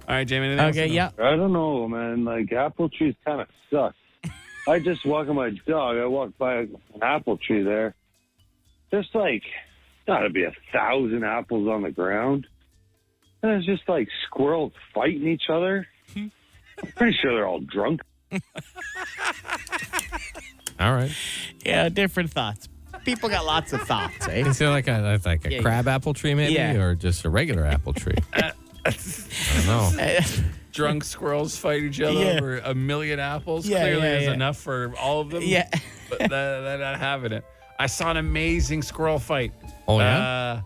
B: All right, Jamie. anything else
D: Okay,
B: or no?
D: yeah.
K: I don't know, man. Like apple trees kind of suck. I just walking my dog. I walked by an apple tree there. There's like got to be a thousand apples on the ground, and it's just like squirrels fighting each other. I'm pretty sure they're all drunk.
C: All right.
D: Yeah, different thoughts. people got lots of thoughts, eh?
C: Is it like a like a crab apple tree maybe,
D: Yeah.
C: or just a regular apple tree? I don't know.
B: Drunk squirrels fight each other
D: Yeah.
B: over a million apples.
D: Yeah,
B: Clearly,
D: yeah,
B: there's
D: yeah.
B: enough for all of them.
D: Yeah.
B: but that- they're not having it. I saw an amazing squirrel fight.
C: Oh, yeah?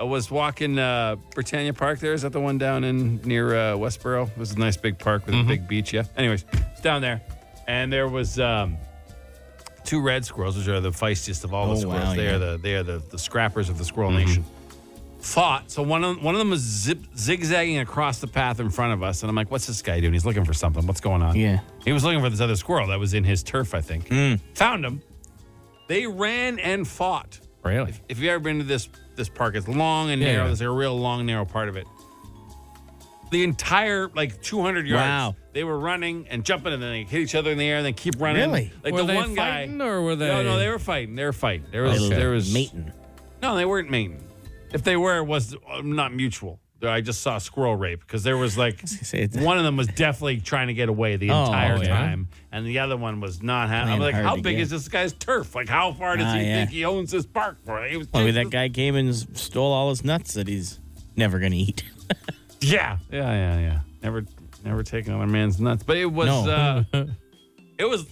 B: Uh, I was walking uh, Britannia Park. There is that the one down in near uh, Westboro. It was a nice big park
D: Mm-hmm.
B: with a big beach. Yeah. Anyways, it's down there, and there was um, two red squirrels, which are the feistiest of all
D: Oh,
B: the squirrels.
D: wow,
B: they
D: yeah. Mm-hmm.
B: are the they are the, the scrappers of the squirrel nation. Fought. So one of one of them was zip, zigzagging across the path in front of us, and I'm like, "What's this guy doing? He's looking for something. What's going on?"
D: Yeah.
B: He was looking for this other squirrel that was in his turf, I think.
C: Hmm.
B: Found him. They ran and fought.
C: Really?
B: If you've ever been to this this park, it's long and
C: Yeah,
B: narrow.
C: yeah.
B: There's a real long, narrow part of it. The entire like 200 yards.
C: Wow.
B: They were running and jumping, and then they hit each other in the air, and then keep running.
D: Really?
B: Like
C: Were
B: the
C: they
B: one guy.
C: fighting, or
B: No,
C: were they-
B: no, they were fighting. They were fighting. There was
D: Little
B: there was
D: mating.
B: No, they weren't mating. If they were, it was uh, not mutual. I just saw squirrel rape because there was like
D: say, it's-
B: one of them was definitely trying to get away the
D: Oh,
B: entire
D: yeah.
B: time, and the other one was not happy. I'm
D: Playing
B: like,
D: hard
B: how
D: to
B: big
D: get.
B: is this guy's turf? Like, how far does
D: Ah,
B: he
D: yeah.
B: think he owns this park for? He was
D: Well, maybe
B: just-
D: that guy came and s- stole all his nuts that he's never going to eat.
B: Yeah, yeah, yeah, yeah. Never, never taking another man's nuts. But it was,
D: No.
B: uh, it was.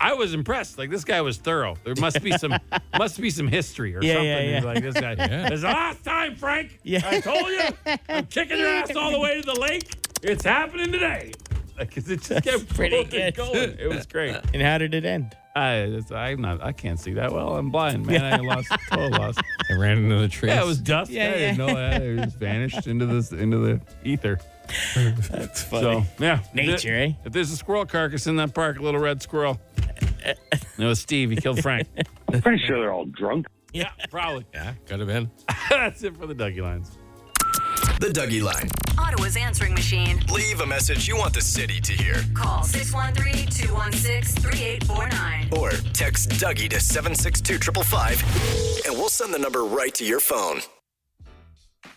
B: I was impressed. Like this guy was thorough. There must be some, must be some history or
D: Yeah,
B: something.
D: yeah,
B: He's
D: yeah.
B: Like this guy.
C: Yeah.
B: It's the last time, Frank.
D: Yeah.
B: I told you, I'm kicking your ass all the way to the lake. It's happening today. Like 'cause it just kept
D: pretty
B: going
D: good.
B: and going. It was great.
D: And how did it end?
B: I, it's- I'm not. I can't see that well. I'm blind, man. I lost. Total lost.
C: They ran into the trees.
B: Yeah, it was dust.
D: Yeah,
B: I didn't know that. It just vanished into this into the ether.
D: That's
B: So yeah,
D: Nature, eh?
B: If there's a squirrel carcass in that park, a little red squirrel. no, it's Steve. He killed Frank.
E: Pretty sure they're all drunk.
B: yeah, probably.
C: yeah, could have been.
B: That's it for the Dougie lines.
A: The Dougie Line.
F: Ottawa's answering machine.
A: Leave a message you want the city to hear.
F: Call 613 216 3849.
A: Or text Dougie to 762 555 and we'll send the number right to your phone.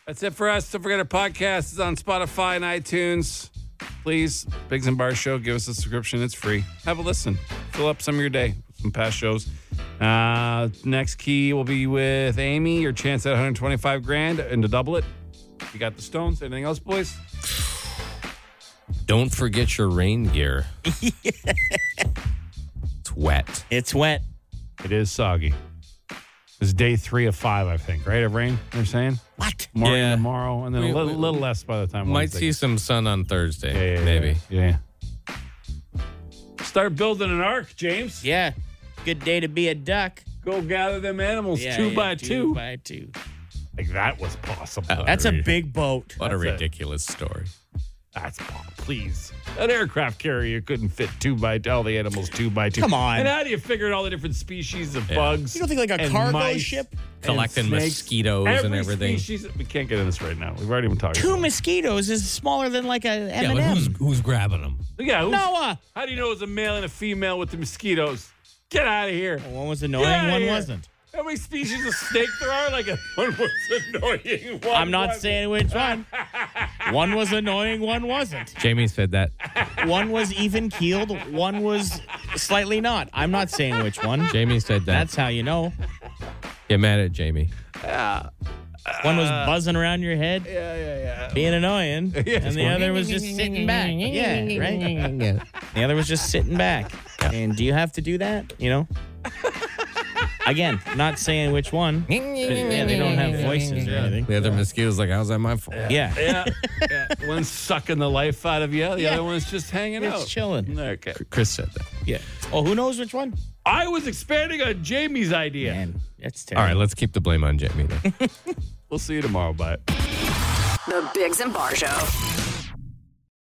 B: That's it for us. Don't forget our podcast is on Spotify and iTunes. Please, Biggs and Bar Show, give us a subscription. It's free. Have a listen. Fill up some of your day with some past shows. Uh, next key will be with Amy. Your chance at 125 grand and to double it. You got the stones. Anything else, boys?
C: Don't forget your rain gear. it's wet.
D: It's wet.
B: It is soggy. It's day three of five, I think, right? Of rain, they're saying?
D: What?
B: Morning
C: Yeah.
B: tomorrow, and then
C: We-
B: a little,
C: we-
B: little less by the time
C: Might
B: Wednesday
C: see
B: gets-
C: some sun on Thursday,
B: Yeah, yeah, yeah,
C: maybe.
B: Yeah. Start building an ark, James.
D: Yeah. Good day to be a duck.
B: Go gather them animals
D: Yeah,
B: two
D: yeah,
B: by two.
D: by two.
B: like that was possible.
D: That's a
C: Agreed.
D: big boat.
C: What a
B: That's it.
C: ridiculous story.
B: That's po- please. An aircraft carrier couldn't fit two by all the animals two by two.
D: Come on.
B: And how do you figure out all the different species of
C: Yeah.
B: bugs?
D: You don't think like a
B: and
D: cargo
B: mice
D: ship?
B: and
C: Collecting
B: snakes?
C: mosquitoes
B: Every
C: and everything.
B: Species, we can't get in this right now. We've already been talking.
D: Two
B: about it.
D: mosquitoes is smaller than like a M&M.
C: who's grabbing them?
B: Yeah, who's-
D: Noah.
B: How do you know it was a male and a female with the mosquitoes? Get out of here.
D: One was
B: Get
D: annoying,
B: outta
D: one
B: here.
D: wasn't.
B: How many species of snake there are? Like a, one was annoying. One
D: I'm not
B: wasn't.
D: saying which one. One was annoying, one wasn't.
C: Jamie said that.
D: One was even keeled, one was slightly not. I'm not saying which one.
C: Jamie said that.
D: That's how you know.
C: Get mad at Jamie.
D: One was buzzing around your head. Uh, Yeah, yeah, yeah. Being annoying. and the other was just sitting back. Yeah, right? The other was just sitting back. And do you have to do that? You know? Again, not saying which one. Yeah, they don't have voices or anything.
C: The other mosquito's like, how's that my fault?
D: Yeah.
B: Yeah, yeah. One's sucking the life out of you. The other one's just hanging
D: It's
B: out.
D: chilling.
B: Okay.
C: Chris said that.
D: Yeah. Oh, who knows which one?
B: I was expanding on Jamie's idea.
D: Man, that's terrible.
C: All right, let's keep the blame on Jamie. then.
B: We'll see you tomorrow. Bye.
F: The Bigs and Bar Show.